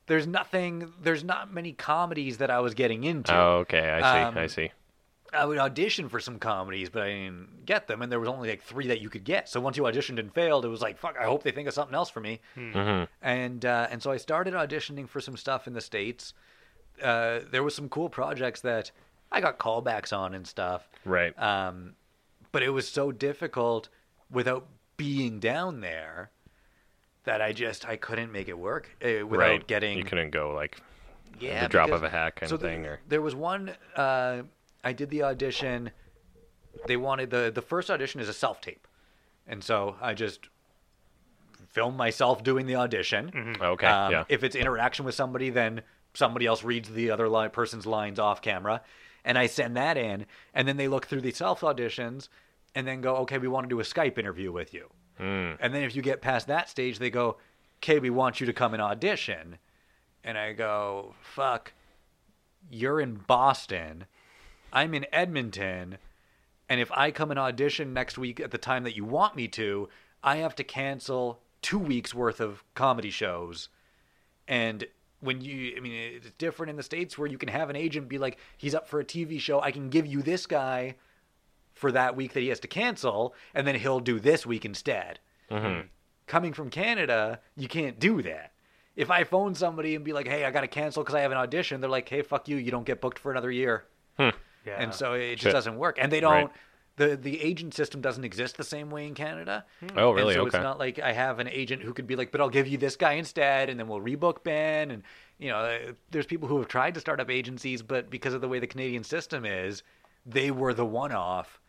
there's nothing there's not many comedies that I was getting into.
oh, okay. I see.
um,
I see.
I would audition for some comedies, but I didn't get them, and there was only like three that you could get. So once you auditioned and failed, it was like, fuck, I hope they think of something else for me.
Mm-hmm.
And uh, and so I started auditioning for some stuff in the states. Uh, there was some cool projects that I got callbacks on and stuff,
Right.
um, but it was so difficult without being down there that I just I couldn't make it work uh, without
right.
getting
You couldn't go like
yeah,
the drop
because-
of a hat kind
so
of
the-
thing, or
there was one. Uh, I did the audition. They wanted the the first audition is a self tape, and so I just filmed myself doing the audition.
Mm-hmm. okay.
Um,
yeah.
If it's interaction with somebody, then somebody else reads the other li- person's lines off camera, and I send that in, and then they look through the self auditions, and then go, okay, we want to do a Skype interview with you,
Hmm.
and then if you get past that stage, they go, okay, we want you to come and audition, and I go, fuck, you're in Boston, I'm in Edmonton, and if I come and audition next week at the time that you want me to, I have to cancel two weeks worth of comedy shows, and when you, I mean, it's different in the states where you can have an agent be like, he's up for a TV show, I can give you this guy for that week that he has to cancel, and then he'll do this week instead. Coming from Canada, you can't do that. If I phone somebody and be like, "Hey, I got to cancel because I have an audition," they're like, "Hey, fuck you! You don't get booked for another year."
Yeah.
and so it just
Shit.
doesn't work. And they
Right.
don't. The, the agent system doesn't exist the same way in Canada.
Oh, really?
And so it's
Okay.
not like I have an agent who could be like, but I'll give you this guy instead, and then we'll rebook Ben. And you know, uh, there's people who have tried to start up agencies, but because of the way the Canadian system is, they were the one-off.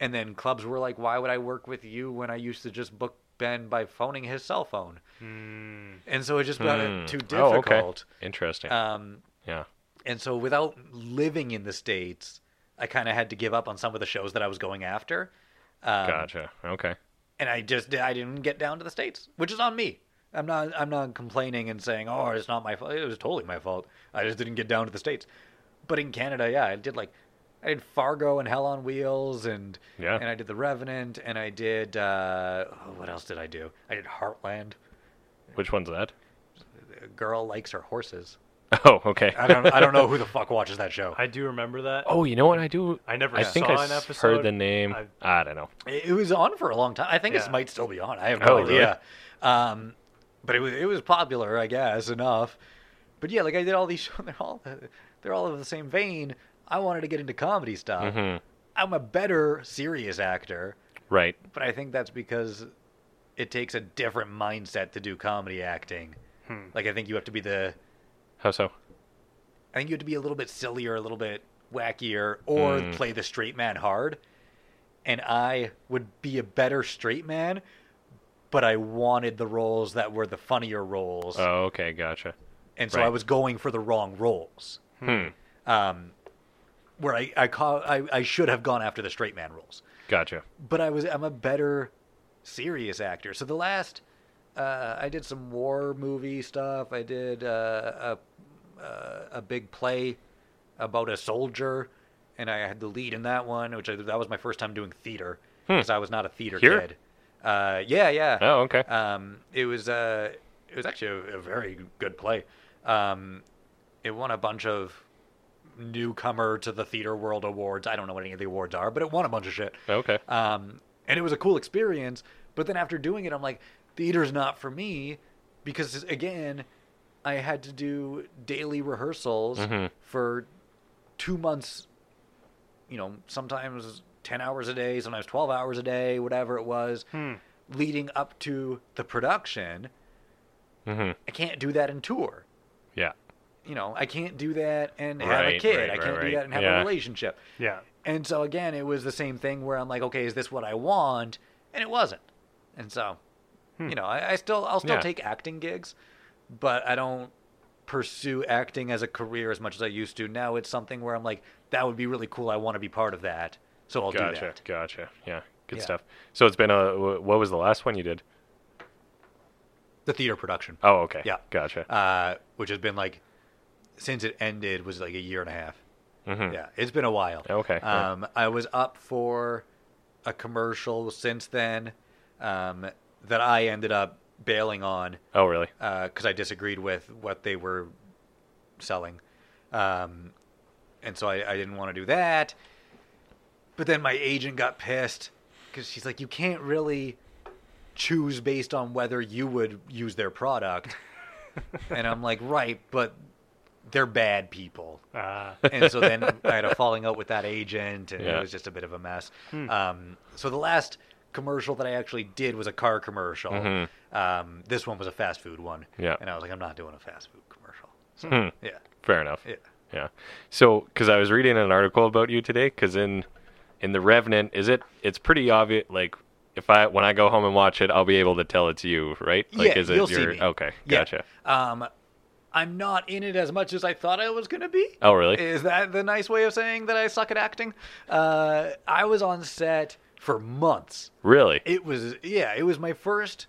And then clubs were like, why would I work with you when I used to just book Ben by phoning his cell phone? And so it just got
Hmm.
too difficult.
Oh, okay. Interesting.
Um,
yeah.
and so without living in the states i kind of had to give up on some of the shows that i was going after um,
Gotcha. Okay.
and i just i didn't get down to the states which is on me i'm not i'm not complaining and saying oh it's not my fault it was totally my fault i just didn't get down to the states but in canada yeah i did like i did fargo and hell on wheels and
Yeah.
and i did the revenant and i did uh oh, what else did i do i did heartland
Which one's that? [laughs]
A girl likes her horses
Oh, okay.
i don't i don't know who the fuck watches that show
I do remember that.
Oh, you know what? I do.
I never
I
saw
think I
an
s-
episode.
heard the name.
I-
I don't know.
It it was on for a long time. I think it
Yeah.
might still be on. I have no
Oh, really?
idea. Um, but it was it was popular, I guess, enough. But yeah, like I did all these [laughs] shows. They're all they're all of the same vein. I wanted to get into comedy stuff.
Mhm.
I'm a better serious actor,
Right.
but I think that's because it takes a different mindset to do comedy acting.
Hmm.
Like I think you have to be the
How so?
I think you have to be a little bit sillier, a little bit wackier, or
Mm.
play the straight man hard. And I would be a better straight man, but I wanted the roles that were the funnier roles,
Oh, okay. Gotcha.
and so I
right.
was going for the wrong roles.
Hmm.
Um, where I I, call, I I should have gone after the straight man roles
Gotcha.
but I was I'm a better serious actor. So the last uh, I did some war movie stuff. I did uh, a uh, a big play about a soldier, and I had the lead in that one, which I, that was my first time doing theater because I was not a theater
Hmm. Here?
kid. Uh, yeah, yeah.
Oh, okay.
Um, it was uh, it was actually a, a very good play. Um, it won a bunch of newcomer to the theater world awards. I don't know what any of the awards are, but it won a bunch of shit.
Okay.
Um, and it was a cool experience. But then after doing it, I'm like, theater's not for me because, again, I had to do daily rehearsals
Mhm.
for two months, you know, sometimes 10 hours a day, sometimes 12 hours a day, whatever it was,
Hmm.
leading up to the production.
hmm
I can't do that in tour
Yeah.
you know, I can't do that and have a
Right,
kid.
right,
I
right,
can't do
right.
that and have a
Yeah.
relationship.
Yeah.
And so again, it was the same thing where I'm like, okay, is this what I want? And it wasn't. And so, you know, I, I still I'll still
Hmm. Yeah.
take acting gigs, but I don't pursue acting as a career as much as I used to. Now it's something where I'm like, that would be really cool. I want to be part of that. So I'll do
Gotcha.
that.
Gotcha. Yeah. Good
Yeah.
stuff. So it's been a. wh- What was the last one you did?
The theater production,
Oh, okay.
Yeah.
Gotcha.
uh, which has been like since it ended was like a year and a half.
hmm
Yeah, it's been a while.
Okay, yeah.
Um, I was up for a commercial since then um, that I ended up bailing on
Oh, really?
because uh, I disagreed with what they were selling. Um, and so I, I didn't want to do that. But then my agent got pissed because she's like, you can't really choose based on whether you would use their product. and I'm like, right, but they're bad people
Uh,
and so then I had a falling out with that agent, and
Yeah.
it was just a bit of a mess. Um, so the last commercial that I actually did was a car commercial.
Mhm.
Um, this one was a fast food one.
Yeah.
And I was like, I'm not doing a fast food commercial. So,
Hmm.
yeah.
Fair enough.
Yeah.
Yeah. So, because I was reading an article about you today, because in in the Revenant, is it? It's pretty obvious. Like, if I when I go home and watch it, I'll be able to tell it's you, right? Like,
yeah,
is it
you'll
your?
see me.
Okay.
Yeah.
Gotcha.
Um, I'm not in it as much as I thought I was going to be.
Oh, really?
Is that the nice way of saying that I suck at acting? Uh, I was on set for months.
really?
It was, yeah, it was my first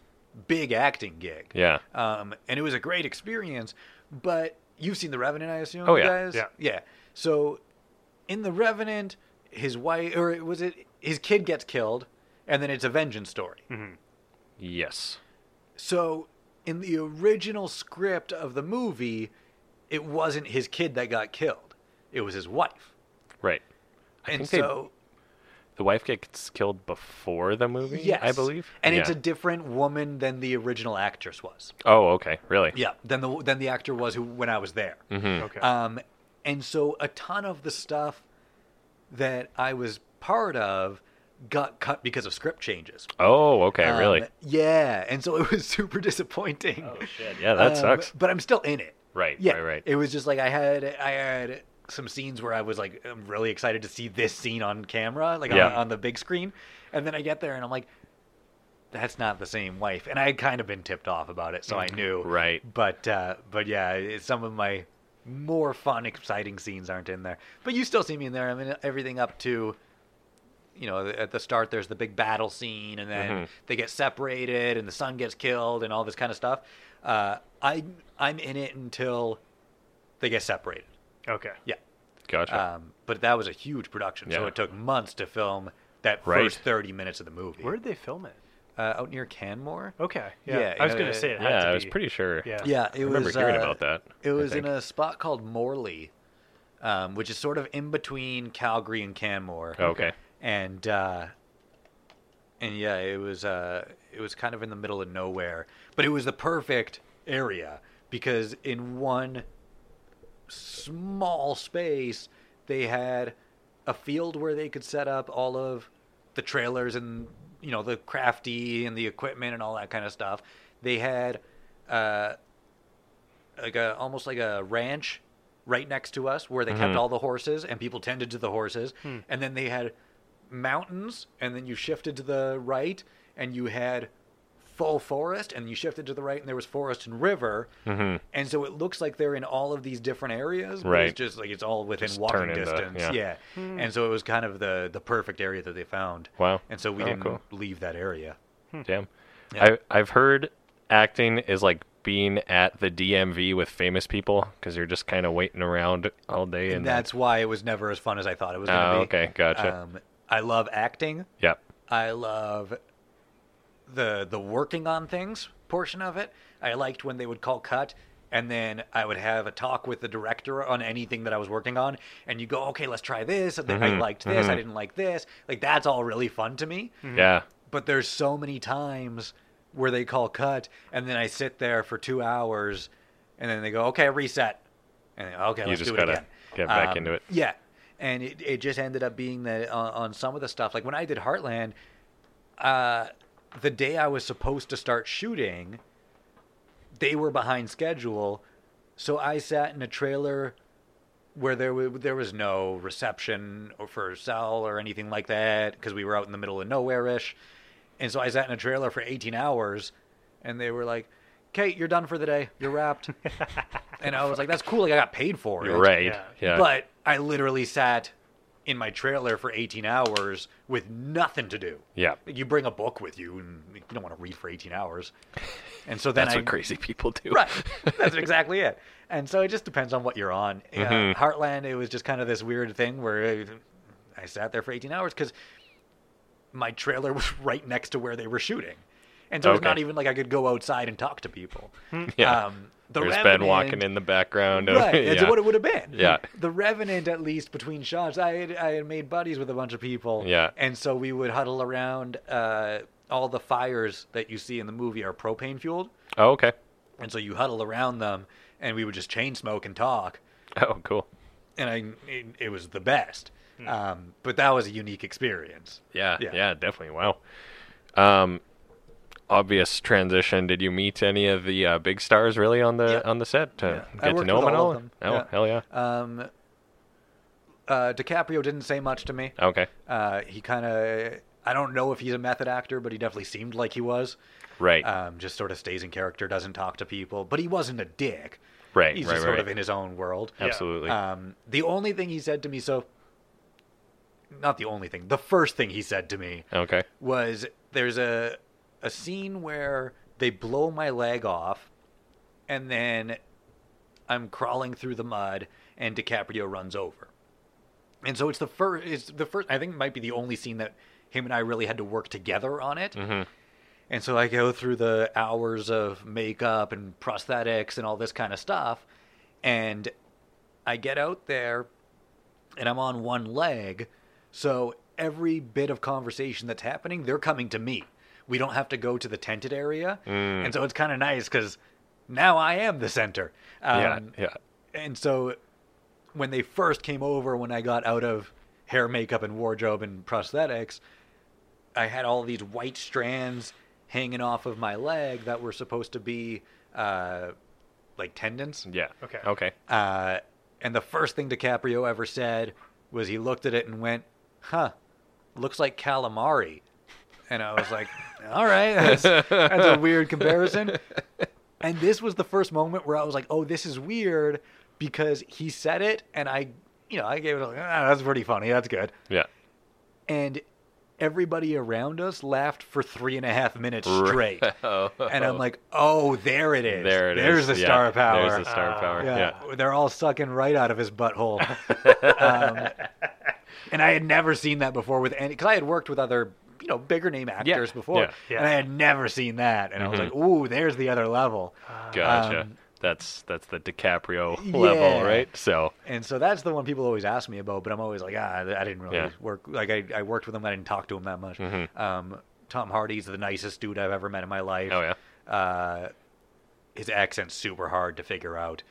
big acting gig.
yeah.
um, and it was a great experience. But you've seen The Revenant, I assume.
Oh,
you
yeah,
guys?
yeah.
yeah. So in The Revenant, his wife or was
Mm-hmm.
it his kid gets killed, and then it's a vengeance story.
Yes.
So, in the original script of the movie, it wasn't his kid that got killed; it was his wife.
Right.
and
think they-
so,
The wife gets killed before the movie,
yes,
I believe.
and it's a
Yeah.
different woman than the original actress was.
Oh, okay. Really?
Yeah, than the than the actor was who when I was there.
Mm-hmm.
Okay.
Um, and so a ton of the stuff that I was part of got cut because of script changes.
Oh, okay.
Um,
really?
Yeah, and so it was [laughs] super disappointing.
Oh shit. Yeah, that
Um,
sucks.
But I'm still in it.
Right,
Yeah.
right, right.
It was just like I had I had some scenes where I was like, I'm really excited to see this scene on camera, like
Yeah.
on, on the big screen, and then I get there and I'm like, that's not the same wife. And I had kind of been tipped off about it, so I knew.
Mm-hmm. Right.
But uh, but yeah, it- some of my more fun, exciting scenes aren't in there. But you still see me in there. I mean, everything up to. You know, at the start, there's the big battle scene, and then
Mhm.
they get separated, and the son gets killed, and all this kind of stuff. Uh, I I'm in it until they get separated.
Okay.
Yeah.
Gotcha.
Um, but that was a huge production, so
Yeah.
it took months to film that
Right.
first 30 minutes of the movie.
Where did they film it?
Uh, out near Canmore.
Okay. Yeah.
Yeah,
I was
uh,
gonna say it. had
yeah,
to
I was
be-
pretty sure.
Yeah.
Yeah, it
I remember
was.
hearing
uh,
about that,
It
I
was in
think.
a spot called Morley, um, which is sort of in between Calgary and Canmore.
Okay.
And uh, and yeah, it was uh, it was kind of in the middle of nowhere, but it was the perfect area because in one small space they had a field where they could set up all of the trailers and you know the crafty and the equipment and all that kind of stuff they had uh like a almost like a ranch right next to us where they
Mm-hmm.
kept all the horses and people tended to the horses and then they had mountains and then you shifted to the right and you had full forest and you shifted to the right and there was forest and river
Mhm.
and so it looks like they're in all of these different areas but
Right.
it's just like it's all within
Just
walking
turn into-
distance
yeah.
yeah, and so it was kind of the the perfect area that they found
Wow.
and so we
Oh,
didn't
cool.
leave that area
Hmm.
Damn.
Yeah.
I I've heard acting is like being at the DMV with famous people because you're just kind of waiting around all day and
and that's why it was never as fun as I thought it was going to
Oh,
be.
okay, gotcha.
Um, I love acting.
Yep.
I love the the working on things portion of it. I liked when they would call cut and then I would have a talk with the director on anything that I was working on and you go, "Okay, let's try this." and then I
Mhm,
liked this, I
mhm.
didn't like this. Like that's all really fun to me.
Mhm.
Yeah.
But there's so many times where they call cut and then I sit there for 2 hours and then they go, "Okay, reset." And then, okay,
You
let's
just
do it
gotta
again. Um,
get back into it.
Yeah, and it, it just ended up being that on, on some of the stuff, like when I did Heartland, uh, the day I was supposed to start shooting, they were behind schedule, so I sat in a trailer where there wa- there was no reception or for cell or anything like that because we were out in the middle of nowhere ish, and so I sat in a trailer for 18 hours, and they were like. Kate, you're done for the day. You're wrapped. and I was like, that's cool. Like, I got paid for it.
You're right. Yeah.
Yeah.
But I literally sat in my trailer for 18 hours with nothing to do.
yeah.
Like, You bring a book with you, and you don't want to read for 18 hours. And so then
That's
I
what crazy people do.
[laughs] right. That's exactly it. And so it just depends on what you're on. Yeah,
Mhm.
Heartland, it was just kind of this weird thing where I, I sat there for 18 hours because my trailer was [laughs] right next to where they were shooting, and so it's
Okay. Hmm.
not even like I could go outside and talk to people.
Yeah.
Um, the
There's
Revenant-
Ben walking in the background. Of,
Right,
[laughs]
that's
yeah.
what it would have been.
Yeah.
The Revenant, at least between shots, I had, I had made buddies with a bunch of people.
Yeah.
And so we would huddle around. Uh, all the fires that you see in the movie are propane fueled.
Oh, okay.
And so you huddle around them, and we would just chain smoke and talk.
Oh, cool.
And I, it, it was the best. Um, but that was a unique experience.
Hmm. Yeah,
Yeah.
yeah, definitely. Wow. Um, obvious transition. Did you meet any of the uh, big stars really on the
Yeah.
on the set to
Yeah. I
get to
worked
know
with
them at
all
all?
of them.
Oh,
Yeah.
hell yeah.
Um, uh, DiCaprio didn't say much to me.
Okay,
Uh, he kind of, I don't know if he's a method actor, but he definitely seemed like he was.
right,
Um, just sort of stays in character, doesn't talk to people, but he wasn't a dick.
right,
He's
right,
just
right.
sort of in his own world.
Yeah.
Absolutely.
Um, the only thing he said to me, so not the only thing, the first thing he said to me
okay.
was there's a a scene where they blow my leg off, and then I'm crawling through the mud, and DiCaprio runs over. And so it's the first. It's the first. I think it might be the only scene that him and I really had to work together on it. And so I go through the hours of makeup and prosthetics and all this kind of stuff. And I get out there and I'm on one leg. So every bit of conversation that's happening, they're coming to me. We don't have to go to the tented area.
Mm.
And so it's kind of nice because now I am the center. Um,
yeah, yeah.
And so when they first came over, when I got out of hair, makeup, and wardrobe and prosthetics, I had all these white strands hanging off of my leg that were supposed to be uh, like tendons.
Yeah.
Okay.
Okay.
Uh, and the first thing DiCaprio ever said was he looked at it and went, huh, looks like calamari. And I was like,
[laughs]
all right, that's, that's a weird comparison. And this was the first moment where I was like, oh, this is weird because he said it and I, you know, I gave it like, ah, that's pretty funny. That's good.
Yeah.
And everybody around us laughed for three and a half
[laughs]
minutes straight.
Oh.
And I'm like, oh, there it is.
there it is.
There's the
Yeah,
star power. Uh,
There's the star
Ah.
power.
Yeah, Oh,
Yeah.
they're all sucking right out of his butthole. um, and I had never seen that before with any. Because I had worked with other, you know, bigger name actors before,
yeah,
yeah.
and I had never seen that. And I was like, "Ooh, there's the other level."
Uh, Gotcha.
Um,
that's that's the DiCaprio
yeah.
level, right? So
And so that's the one people always ask me about, but I'm always like, ah, I didn't really
Yeah. Mm-hmm.
work. Like, I, I worked with him, I didn't talk to him that much. Um, Tom Hardy's the nicest dude I've ever met in my life.
Oh,
yeah. Uh, his accent's super hard to figure out.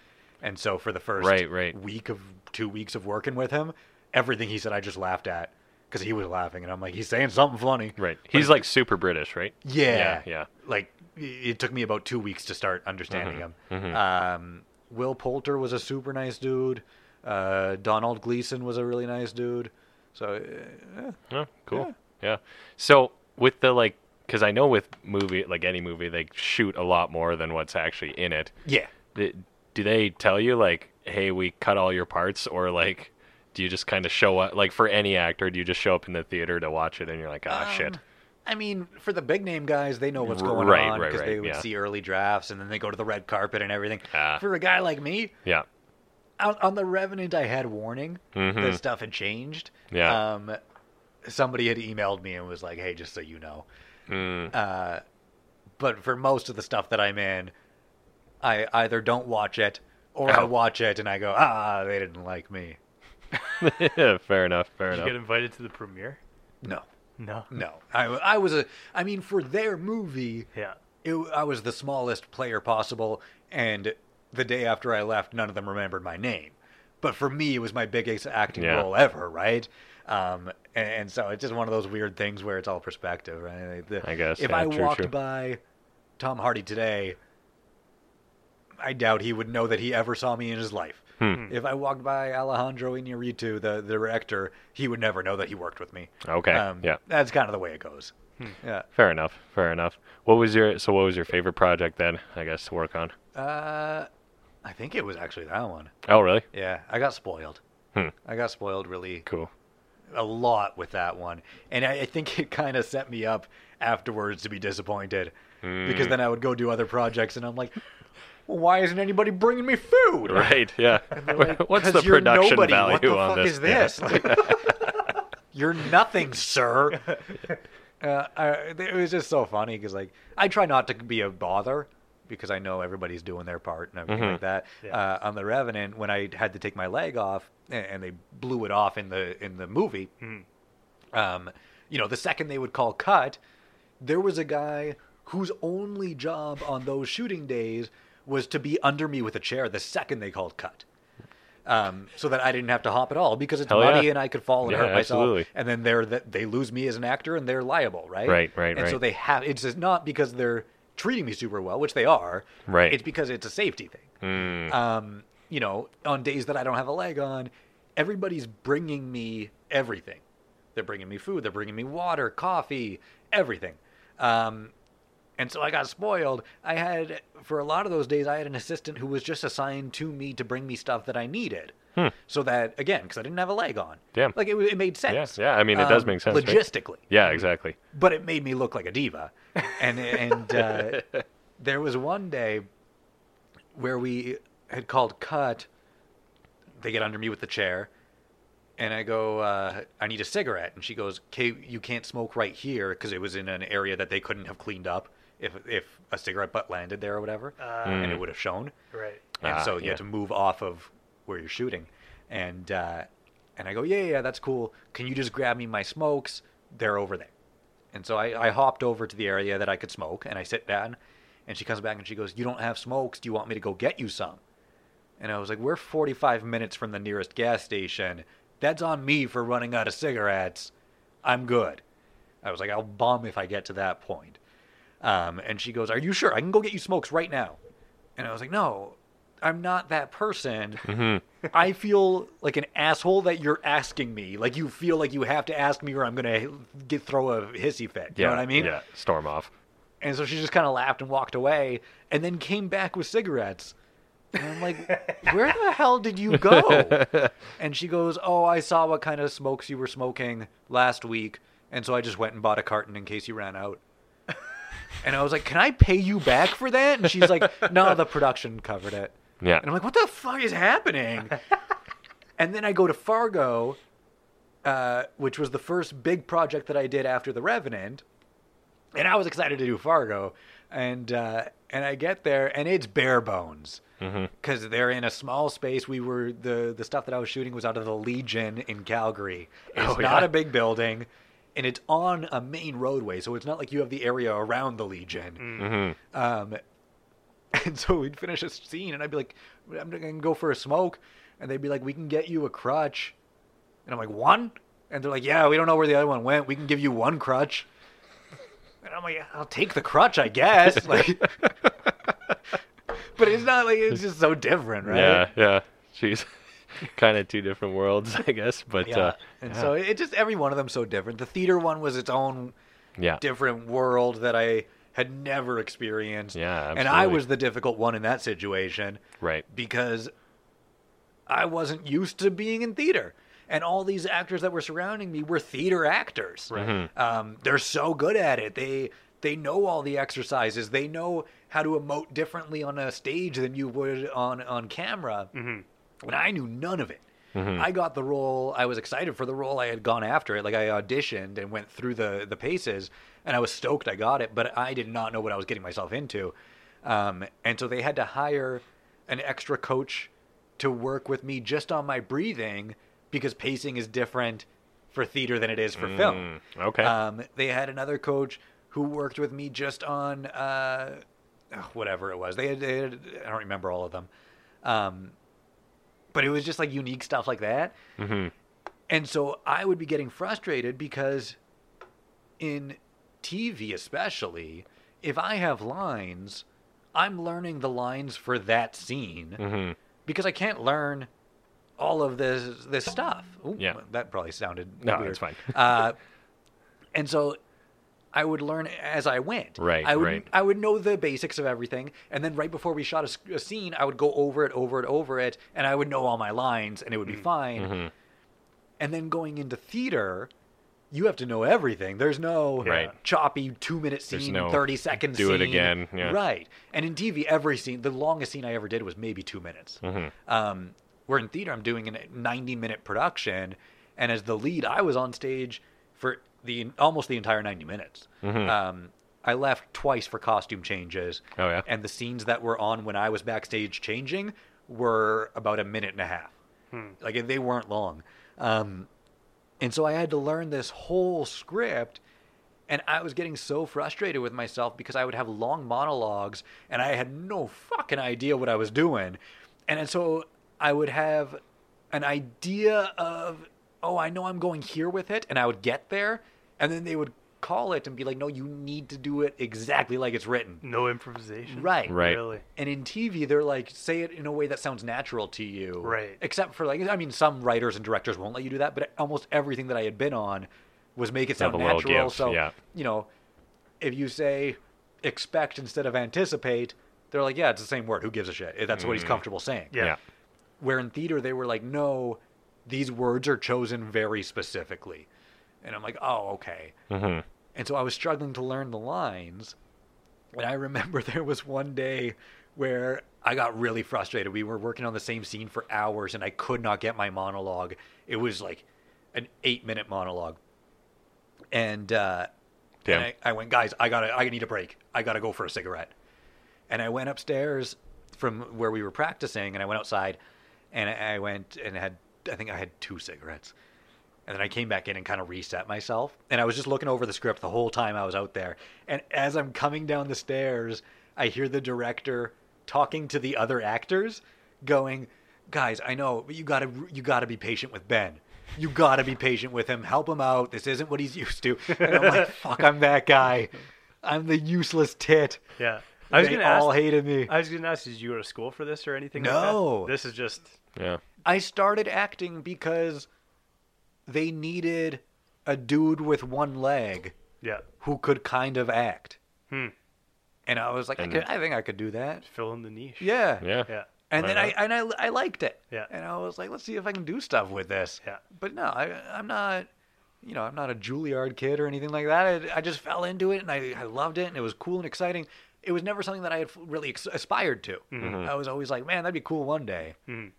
And so for the first
Right, right.
week of two weeks of working with him, everything he said I just laughed at because he was laughing. And I'm like, he's saying something funny.
right,
But
he's like super British, right?
yeah.
Yeah. yeah.
Like i- it took me about two weeks to start understanding
Mm-hmm.
him. Um, Will Poulter was a super nice dude. Uh, Donald Gleason was a really nice dude. So uh, eh,
Oh, cool. Yeah. So with the like, because I know with movie, like any movie, they shoot a lot more than what's actually in it.
yeah,
Th- Do they tell you like, hey, we cut all your parts, or like, do you just kind of show up? Like for any actor, do you just show up in the theater to watch it, and you're like, ah, shit.
Um, I mean, for the big name guys, they know what's going
Right,
on
right,
because
right,
they would
yeah.
see early drafts and then they go to the red carpet and everything.
Ah.
For a guy like me,
Yeah. [laughs]
on, on the Revenant, I had warning that
Mhm.
stuff had changed.
Yeah.
Um, somebody had emailed me and was like, "Hey, just so you know." Uh, but for most of the stuff that I'm in, I either don't watch it or I
Oh.
watch it and I go, "Ah, they didn't like me."
fair enough. Fair
Did you get
enough.
invited to the premiere?
No,
No.
no. I, I was a. I mean, for their movie,
Yeah.
it, I was the smallest player possible, and the day after I left, none of them remembered my name. But for me, it was my biggest acting
Yeah.
role ever, right? Um, and, and so it's just one of those weird things where it's all perspective, right? Like, the-
I guess,
if
yeah,
I
true,
walked
true.
by Tom Hardy today, I doubt he would know that he ever saw me in his life.
Hmm.
If I walked by Alejandro Inarritu, the, the director, he would never know that he worked with me. Um,
Okay, yeah.
that's kind of the way it goes. Yeah.
Fair enough. Fair enough. What was your so? What was your favorite project then? I guess to work on.
Uh, I think it was actually that one.
Oh, really?
Yeah, I got spoiled.
Hmm.
I got spoiled really [laughs]
Cool.
a lot with that one, and I, I think [laughs] it kind of set me up afterwards to be disappointed because then I would go do other projects, and I'm like, well, why isn't anybody bringing me food?
Right. Yeah.
[laughs]
[laughs]
Like,
What's
'cause
the
you're
production
nobody.
value
what the
on
fuck
this?
Is
Yeah.
this? Like, [laughs] you're
[laughs]
nothing, sir. Uh, I, it was just so funny because like I try not to be a bother because I know everybody's doing their part and everything
Mm-hmm.
like that.
Yeah.
Uh, on the Revenant, when I had to take my leg off and, and they blew it off in the in the
Hmm.
movie, um, you know, the second they would call cut, there was a guy whose only job on those shooting days was to be under me with a chair the second they called cut. Um, so that I didn't have to hop at all because it's
Hell
muddy
yeah.
and I could fall and
Yeah,
hurt myself.
absolutely.
And then they're that they lose me as an actor and they're liable, right?
Right, right,
And so
right.
they have it's just not because they're treating me super well, which they are.
Right. Mm.
It's because it's a safety thing um, you know, on days that I don't have a leg on, everybody's bringing me everything. They're bringing me food. They're bringing me water, coffee, everything. Um, and so I got spoiled. I had, for a lot of those days, I had an assistant who was just assigned to me to bring me stuff that I needed.
Hmm.
So that, again, because I didn't have a leg on.
Damn.
Like, it, it made sense. Um,
yeah, I mean, it does make sense, right?
Logistically
Yeah. Exactly.
but it made me look like a diva. And and uh, there was one day where we had called cut. They get under me with the chair, and I go, uh, I need a cigarette. And she goes, okay, you can't smoke right here because it was in an area that they couldn't have cleaned up if, if a cigarette butt landed there or whatever.
Uh,
and it would have shown.
Right.
And
Ah,
so you
yeah.
have to move off of where you're shooting. And, uh, and I go, yeah, yeah, yeah, that's cool. Can you just grab me my smokes? They're over there. And so I, I hopped over to the area that I could smoke and I sit down. And she comes back and she goes, You don't have smokes. Do you want me to go get you some? And I was like, We're 45 minutes from the nearest gas station. That's on me for running out of cigarettes. I'm good. I was like, I'll bomb if I get to that point. Um, and she goes, Are you sure? I can go get you smokes right now. And I was like, No, I'm not that person.
Mm-hmm.
[laughs] I feel like an asshole that you're asking me. Like, you feel like you have to ask me or I'm going to get throw a hissy fit. You
yeah,
know what I mean?
Yeah, storm off.
And so she just kind of laughed and walked away and then came back with cigarettes. And I'm like, where the hell did you go? And she goes, oh, I saw what kind of smokes you were smoking last week. And so I just went and bought a carton in case you ran out. And I was like, can I pay you back for that? And she's like, no, the production covered it.
Yeah.
And I'm like, what the fuck is happening? and then I go to Fargo, uh, which was the first big project that I did after The Revenant. And I was excited to do Fargo. And, uh, and I get there, and it's bare bones.
Mm-hmm.
Because they're in a small space. We were the the stuff that I was shooting was out of the Legion in Calgary. It's
Oh,
not
yeah.
a big building, and it's on a main roadway, so it's not like you have the area around the Legion.
Mm-hmm.
Um, [laughs] and so we'd finish a scene, and I'd be like, I'm going to go for a smoke. And they'd be like, we can get you a crutch. And I'm like, one? And they're like, yeah, we don't know where the other one went. We can give you one crutch. And I'm like, I'll take the crutch,
[laughs]
I guess. Like, but it's not like it's just so different, right?
Yeah, yeah. [laughs] Jeez. kind of two different worlds, I guess. But
Yeah.
uh,
and
yeah.
so it just every one of them so different. The theater one was its own
yeah.
different world that I had never experienced.
Yeah,
And I
absolutely.
was the difficult one in that situation
Right.
because I wasn't used to being in theater. And all these actors that were surrounding me were theater actors.
Right.
Um, they're so good at it. They they know all the exercises. They know how to emote differently on a stage than you would on on camera. And I knew none of it. I got the role. I was excited for the role. I had gone after it. Like I auditioned and went through the the paces, and I was stoked I got it. But I did not know what I was getting myself into. Um, and so they had to hire an extra coach to work with me just on my breathing because pacing is different for theater than it is for film.
Mm, okay.
Um, they had another coach who worked with me just on uh, ugh, whatever it was. They had, they had- I don't remember all of them, um, but it was just like unique stuff like that. And so I would be getting frustrated because in TV, especially, if I have lines, I'm learning the lines for that scene
Mm-hmm.
because I can't learn all of this this stuff. Ooh,
Yeah.
that probably sounded
No,
weird.
it's fine.
uh, and so I would learn as I went.
Right,
I would,
right.
I would know the basics of everything, and then right before we shot a s- a, scene, I would go over it, over it, over it, and I would know all my lines, and it would be
Mm-hmm.
fine. And then going into theater, you have to know everything. There's no
Right.
choppy two minute
There's
scene,
no
thirty second
do
scene.
it again, yeah.
Right. And in TV, every scene, the longest scene I ever did was maybe two minutes.
Mm-hmm.
Um, where in theater, I'm doing a 90 minute production. And as the lead, I was on stage for the almost the entire 90 minutes. Um, I left twice for costume changes.
Mm-hmm. Oh, yeah?
And the scenes that were on when I was backstage changing were about a minute and a half. Like they weren't long. Um, and so I had to learn this whole script. And I was getting so frustrated with myself because I would have long monologues and I had no fucking idea what I was doing. And then so I would have an idea of, oh, I know I'm going here with it. And I would get there. And then they would call it and be like, no, you need to do it exactly like it's written.
No improvisation.
Right.
Right.
Really.
And in TV, they're like, say it in a way that sounds natural to you.
Right.
Except for, like, I mean, some writers and directors won't let you do that, but almost everything that I had been on was make it sound
Have a little
natural.
give,
So,
yeah.
you know, if you say expect instead of anticipate, they're like, yeah, it's the same word. Who gives a shit? That's what he's comfortable saying.
yeah.
Yeah.
Where in theater, they were like, no, these words are chosen very specifically. And I'm like, oh, okay.
hmm
[laughs] And so I was struggling to learn the lines. And I remember there was one day where I got really frustrated. We were working on the same scene for hours and I could not get my monologue. It was like an eight minute monologue. And, uh,
Damn.
and I, I went, guys, I gotta, I need a break. I gotta go for a cigarette. And I went upstairs from where we were practicing, and I went outside, and I I went and had, I think I had two cigarettes, and then I came back in and kind of reset myself, and I was just looking over the script the whole time I was out there, and as I'm coming down the stairs, I hear the director talking to the other actors, going, "Guys, I know, but you gotta, you gotta be patient with Ben." You gotta be patient with him. Help him out. This isn't what he's [laughs] used to. And I'm like, fuck, I'm that guy. I'm the useless tit.
Yeah. I was
They
gonna
all
ask.
hated me.
I was gonna ask, did you go to school for this or anything? like
No.
that? this is just.
Yeah.
I started acting because they needed a dude with one leg
Yeah.
who could kind of act.
Hmm.
And I was like,
And-
I, could, I think I could do that.
Fill in the niche.
Yeah.
Yeah.
Yeah.
And
Why
then I and I, I liked it.
Yeah.
And I was like, let's see if I can do stuff with this.
Yeah.
But no, I, I'm not. You know, I'm not a Juilliard kid or anything like that. I, I just fell into it and I, I loved it and it was cool and exciting. It was never something that I had really ex- aspired to.
Mm-hmm.
I was always like, man, that'd be cool one day.
Mhm.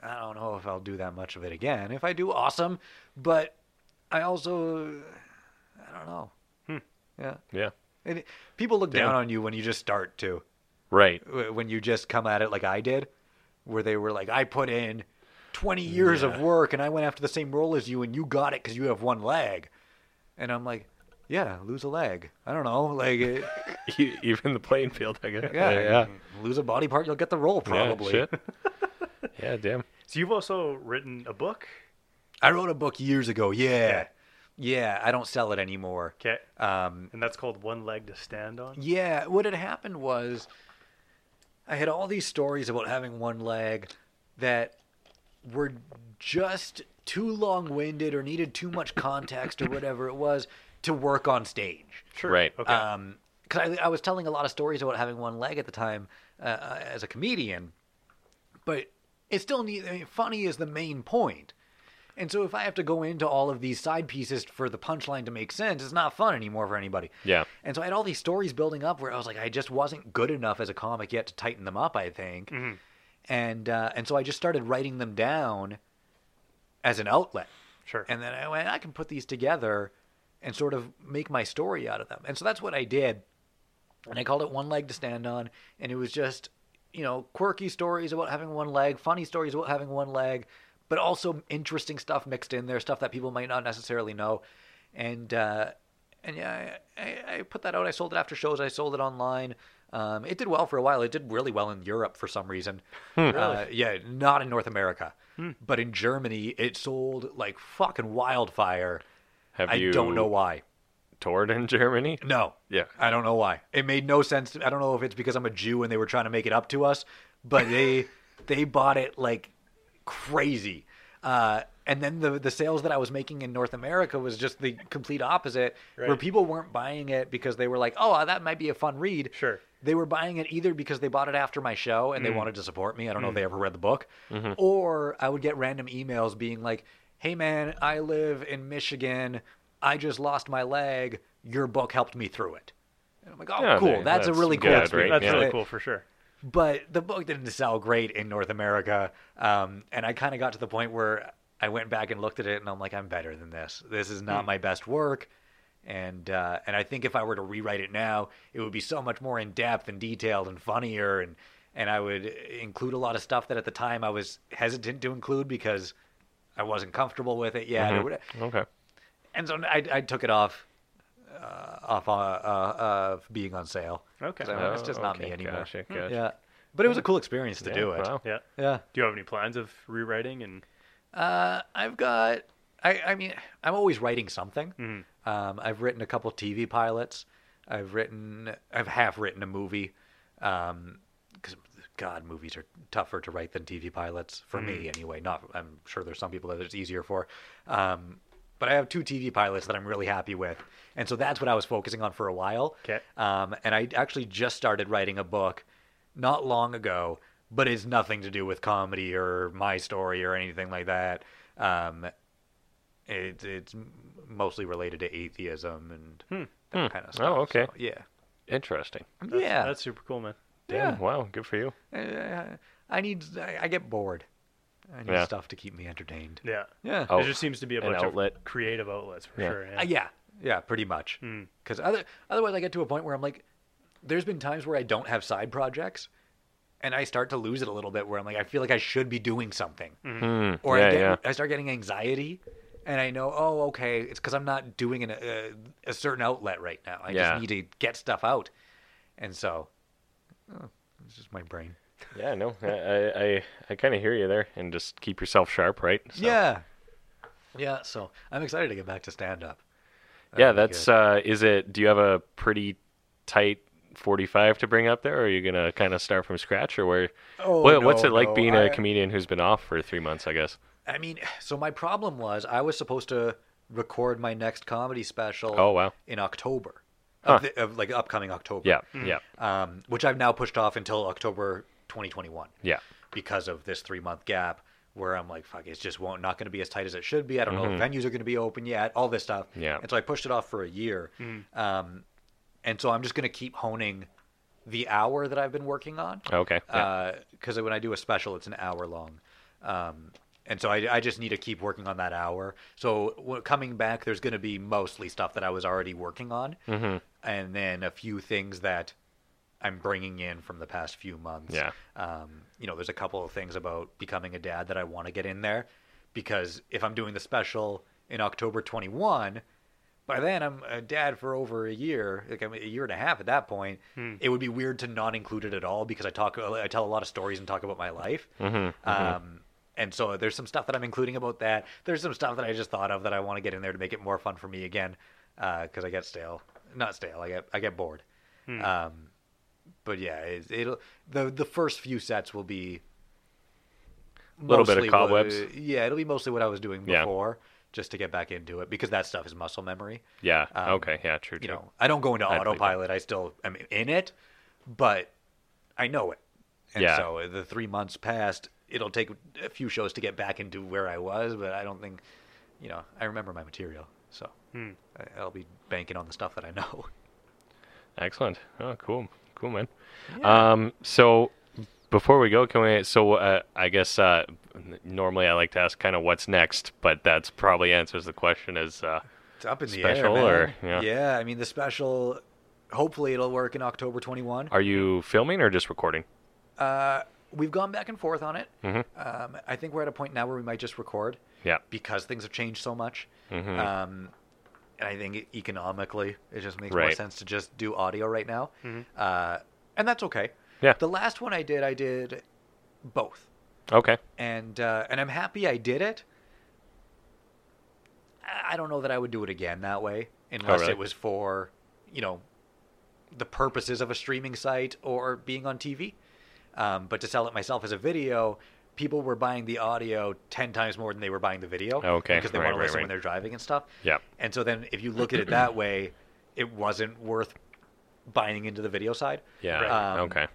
I don't know if I'll do that much of it again. If I do, awesome. But I also, I don't know.
Hmm.
Yeah.
Yeah.
And people look down
Yeah.
on you when you just start to
Right. [laughs]
w- when you just come at it like I did, where they were like, I put in 20 years of
Yeah.
work and I went after the same role as you and you got it because you have one leg. And I'm like, yeah, lose a leg. I don't know.
[laughs]
Like, it-
E- Even the playing field, I guess.
yeah,
Yeah.
lose a body part, you'll get the role probably. [laughs]
Yeah, shit. yeah damn.
So you've also written a book.
I wrote a book years ago. Yeah. Yeah, I don't sell it anymore.
Okay.
Um,
And that's called One Leg to Stand On.
Yeah, what had happened was I had all these stories about having one leg that were just too long winded or needed too much context or whatever it was to work on stage.
Sure.
Right.
Okay.
Because Um, I, I was telling a lot of stories about having one leg at the time uh, uh, as a comedian, but it still need, I mean, funny is the main point. And so if I have to go into all of these side pieces for the punchline to make sense, it's not fun anymore for anybody.
Yeah.
And so I had all these stories building up where I was like, I just wasn't good enough as a comic yet to tighten them up. I think, and uh, and so I just started writing them down as an outlet.
sure.
And then I went, I can put these together and sort of make my story out of them. And so that's what I did. And I called it One Leg to Stand On. And it was just, you know, quirky stories about having one leg, funny stories about having one leg, but also interesting stuff mixed in there, stuff that people might not necessarily know. And, uh, and yeah, I, I, I put that out. I sold it after shows. I sold it online. Um, it did well for a while. It did really well in Europe for some reason.
Hmm.
Uh, yeah, not in North America, but in Germany, it sold like fucking wildfire.
Have
I
you
don't know why.
toured in Germany?
No.
Yeah.
I don't know why. It made no sense. To, I don't know if it's because I'm a Jew and they were trying to make it up to us, but they [laughs] they bought it like crazy. Uh, and then the the sales that I was making in North America was just the complete opposite, where
Right.
people weren't buying it because they were like, "Oh, that might be a fun read."
Sure.
They were buying it either because they bought it after my show
Mm.
and they wanted to support me. I don't know if they ever read the book,
Mm-hmm.
or I would get random emails being like, "Hey man, I live in Michigan. I just lost my leg. Your book helped me through it." And I'm like, "Oh,
Yeah,
cool.
man,
That's, a
that's
really cool
good, right?
experience."
That's
Yeah.
really cool for sure.
but the book didn't sell great in North America. Um, and I kind of got to the point where I went back and looked at it, and I'm like, I'm better than this. This is not my best work. And uh, and I think if I were to rewrite it now, it would be so much more in depth and detailed and funnier, and and I would include a lot of stuff that at the time I was hesitant to include because I wasn't comfortable with it yet. or
Mhm.
what-
Okay.
And so I, I took it off uh, off uh, uh, of being on sale.
Okay.
So it's just not me
Oh, okay,
anymore. Hmm.
gotcha, gotcha.
Yeah, but it was a cool experience to
Yeah,
do it.
wow.
Yeah.
Yeah.
Do you have any plans of rewriting? And
Uh, I've got. I, I mean, I'm always writing something. Um, I've written a couple TV pilots. I've written. I've half written a movie. Um 'cause because God, movies are tougher to write than TV pilots for me, anyway. Not. I'm sure there's some people that it's easier for. Um, but I have two TV pilots that I'm really happy with, and so that's what I was focusing on for a while.
'Kay.
Um, and I actually just started writing a book not long ago, but it's nothing to do with comedy or my story or anything like that. Um, it, it's m- mostly related to atheism and that kind of stuff.
okay.
so, yeah.
Interesting.
that's,
yeah.
that's super cool, man.
Damn,
Yeah.
wow, good for you.
I, I need. I, I get bored. I need
Yeah.
stuff to keep me entertained.
Yeah.
Yeah.
Oh,
There just seems to be a
an
bunch
outlet.
of creative outlets for
Yeah.
sure.
Uh, yeah. Hmm. Yeah. Pretty much.
Mm.
Because other, otherwise, I get to a point where I'm like, there's been times where I don't have side projects, and I start to lose it a little bit. Where I'm like, I feel like I should be doing something,
Hmm,
Mm. or
yeah,
I, get,
yeah.
I start getting anxiety, and I know, oh, okay, it's because I'm not doing an, a, a certain outlet right now. I
Yeah.
just need to get stuff out, and so oh, it's just my brain.
Yeah, no, I, I, I, I kind of hear you there, and just keep yourself sharp, right? So-
Yeah, yeah. So I'm excited to get back to stand up.
yeah. That's uh, is it? Do you have a pretty tight forty-five to bring up there, or are you gonna kind of start from scratch, or where?
Oh,
what, what's
no,
it like
no,
being
I-
a comedian who's been off for three months? I guess.
I mean, so my problem was I was supposed to record my next comedy special.
Oh, wow.
In October,
Huh.
of, the, of like upcoming October.
Yeah, yeah,
Um, which I've now pushed off until October 2021
yeah,
because of this three month gap where I'm like, fuck, it's just won't not going to be as tight as it should be. I don't know if venues are going to be open yet. All this stuff.
Mm-hmm. Yeah.
And so I pushed it off for a year. Um, and so I'm just going to keep honing the hour that I've been working on
okay,
Uh,
yeah,
because when I do a special, it's an hour long. Um, and so I, I just need to keep working on that hour. So w- coming back, there's going to be mostly stuff that I was already working on, and then a few things that I'm bringing in from the past few months.
Yeah.
Um, you know, there's a couple of things about becoming a dad that I want to get in there because if I'm doing the special in October 21, by then I'm a dad for over a year, like I'm a year and a half at that point. It would be weird to not include it at all because I talk, I tell a lot of stories and talk about my life. Um, and so there's some stuff that I'm including about that. There's some stuff that I just thought of that I want to get in there to make it more fun for me again, because I get stale, not stale. I get I get bored. Um, but yeah, it, it'll the the first few sets will be a
Little bit of cobwebs.
yeah, it'll be mostly what I was doing
Yeah.
before, just to get back into it because that stuff is muscle memory.
yeah.
um,
okay, yeah, true.
You
true.
know, I don't go into
I believe it.
autopilot. I still am in it, but I know it. And
Yeah.
so the three months passed. It'll take a few shows to get back into where I was, but I don't think, you know, I remember my material, so I- I'll be banking on the stuff that I know. [laughs]
Excellent. Oh, cool, cool, man. Um, so before we go, can we? So uh, I guess uh, n- normally I like to ask kind of what's next, but that's probably answers the question as uh,
It's up in the
Special
air,
or-
man.
yeah.
I mean the special. Hopefully, it'll work in October 21.
are you filming or just recording?
Uh, we've gone back and forth on it.
Mm-hmm.
Um, I think we're at a point now where we might just record
Yeah.
because things have changed so much.
Mhm.
Um, and I think economically, it just makes more
Right.
sense to just do audio right now. Uh, and that's okay.
Yeah.
The last one I did, I did both,
Okay.
and uh, and I'm happy I did it. I- I don't know that I would do it again that way unless
really?
it was for, you know, the purposes of a streaming site or being on TV. Um, but to sell it myself as a video, people were buying the audio ten times more than they were buying the video.
Okay,
because they
right,
want to
right,
listen
right.
when they're driving and stuff.
Yeah.
And so then, if you look at it that way, it wasn't worth buying into the video side.
Yeah.
Um,
okay.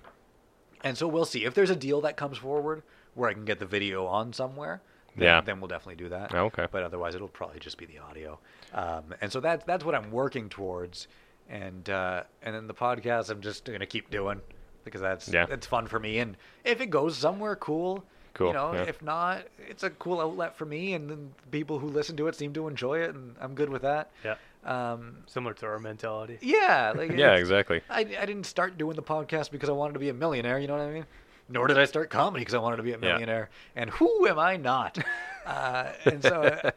And so we'll see if there's a deal that comes forward where I can get the video on somewhere. Then,
Yeah. Oh,
Then we'll definitely do that.
Okay.
But otherwise, it'll probably just be the audio. Um, and so that's that's what I'm working towards. And uh, and then the podcast, I'm just gonna keep doing because that's
Yeah.
that's fun for me. And if it goes somewhere cool.
Cool,
You know,
yeah.
if not, it's a cool outlet for me, and then people who listen to it seem to enjoy it, and I'm good with that.
Yeah.
Um,
Similar to
[laughs]
our mentality.
yeah, like
Yeah.
it's-
Exactly.
I, I didn't start doing the podcast because I wanted to be a millionaire. You know what I mean? Nor did I start comedy because I wanted to be a millionaire. And who am I
[laughs]
not? uh, and so, uh,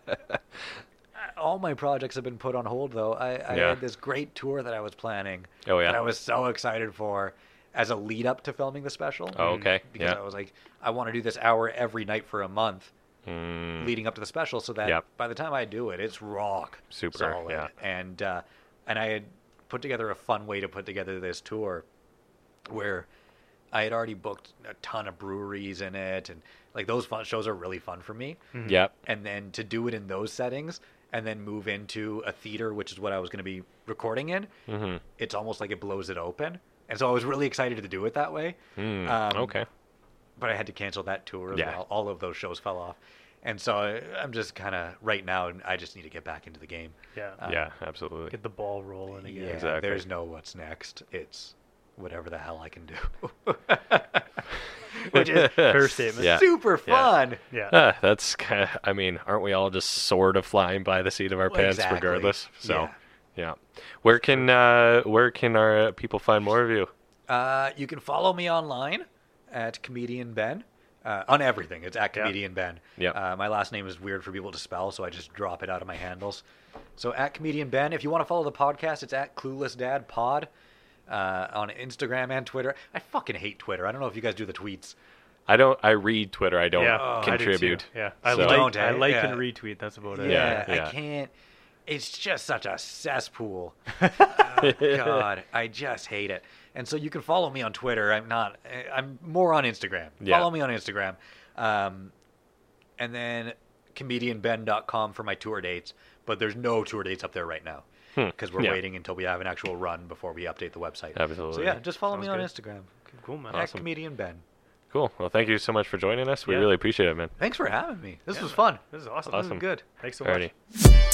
all my projects have been put on hold. Though I, I
Yeah.
had this great tour that I was planning.
Oh, yeah.
That I was so excited for, as a lead up to filming the special.
Oh, okay.
Because
yeah.
I was like, I want to do this hour every night for a month,
Mm,
leading up to the special, so that
Yep.
by the time I do it, it's rock
Super,
solid.
yeah.
And uh, and I had put together a fun way to put together this tour, where I had already booked a ton of breweries in it, and like those fun shows are really fun for me.
yeah.
And then to do it in those settings, and then move into a theater, which is what I was going to be recording in.
Mhm.
It's almost like it blows it open. And so I was really excited to do it that way Um,
Mm,
um,
okay.
but I had to cancel that tour as
Yeah.
well. All of those shows fell off, and so I- I'm just kind of right now, and I just need to get back into the game.
Yeah.
uh,
yeah. Absolutely.
Get the ball rolling
Yeah,
again.
Exactly.
there's no what's next. It's whatever the hell I can do, [laughs] which is
[laughs]
Fair statement.
Yeah.
super
Yeah.
fun.
Yeah.
Ah, that's kind of, I mean, aren't we all just sort of flying by the seat of our
Well,
pants
exactly.
regardless? So, yeah.
Yeah.
Where can uh where can our uh, people find more of you?
Uh, you can follow me online at comedian Ben. Uh, on everything, it's at
Yeah.
comedian Ben.
Yeah.
Uh, my last name is weird for people to spell, so I just drop it out of my handles. So at comedian Ben. If you want to follow the podcast, it's at Clueless Dad Pod uh, on Instagram and Twitter. I fucking hate Twitter. I don't know if you guys do the tweets.
I don't I read Twitter. I don't
yeah. Oh, I do too.
contribute.
yeah. I
So-
like
Don't, eh?
I like
Yeah.
and retweet. That's about it.
Yeah,
Yeah,
I
yeah.
can't. It's just such a
[laughs]
cesspool. oh, God, I just hate it. And so you can follow me on Twitter. I'm not. I- I'm more on Instagram.
Yeah.
Follow me on Instagram. Um, and then comedianben.com for my tour dates. But there's no tour dates up there right now because we're
Hmm. Yeah.
waiting until we have an actual run before we update the website. So
Absolutely.
yeah, just follow
Sounds
me on
good.
Instagram.
Cool man.
At comedian Ben.
Cool. Well, thank you so much for joining us. We
Yeah.
really appreciate it, man.
Thanks for having me. This was fun.
This is awesome.
This was
Awesome.
good.
Thanks so much.
Alrighty.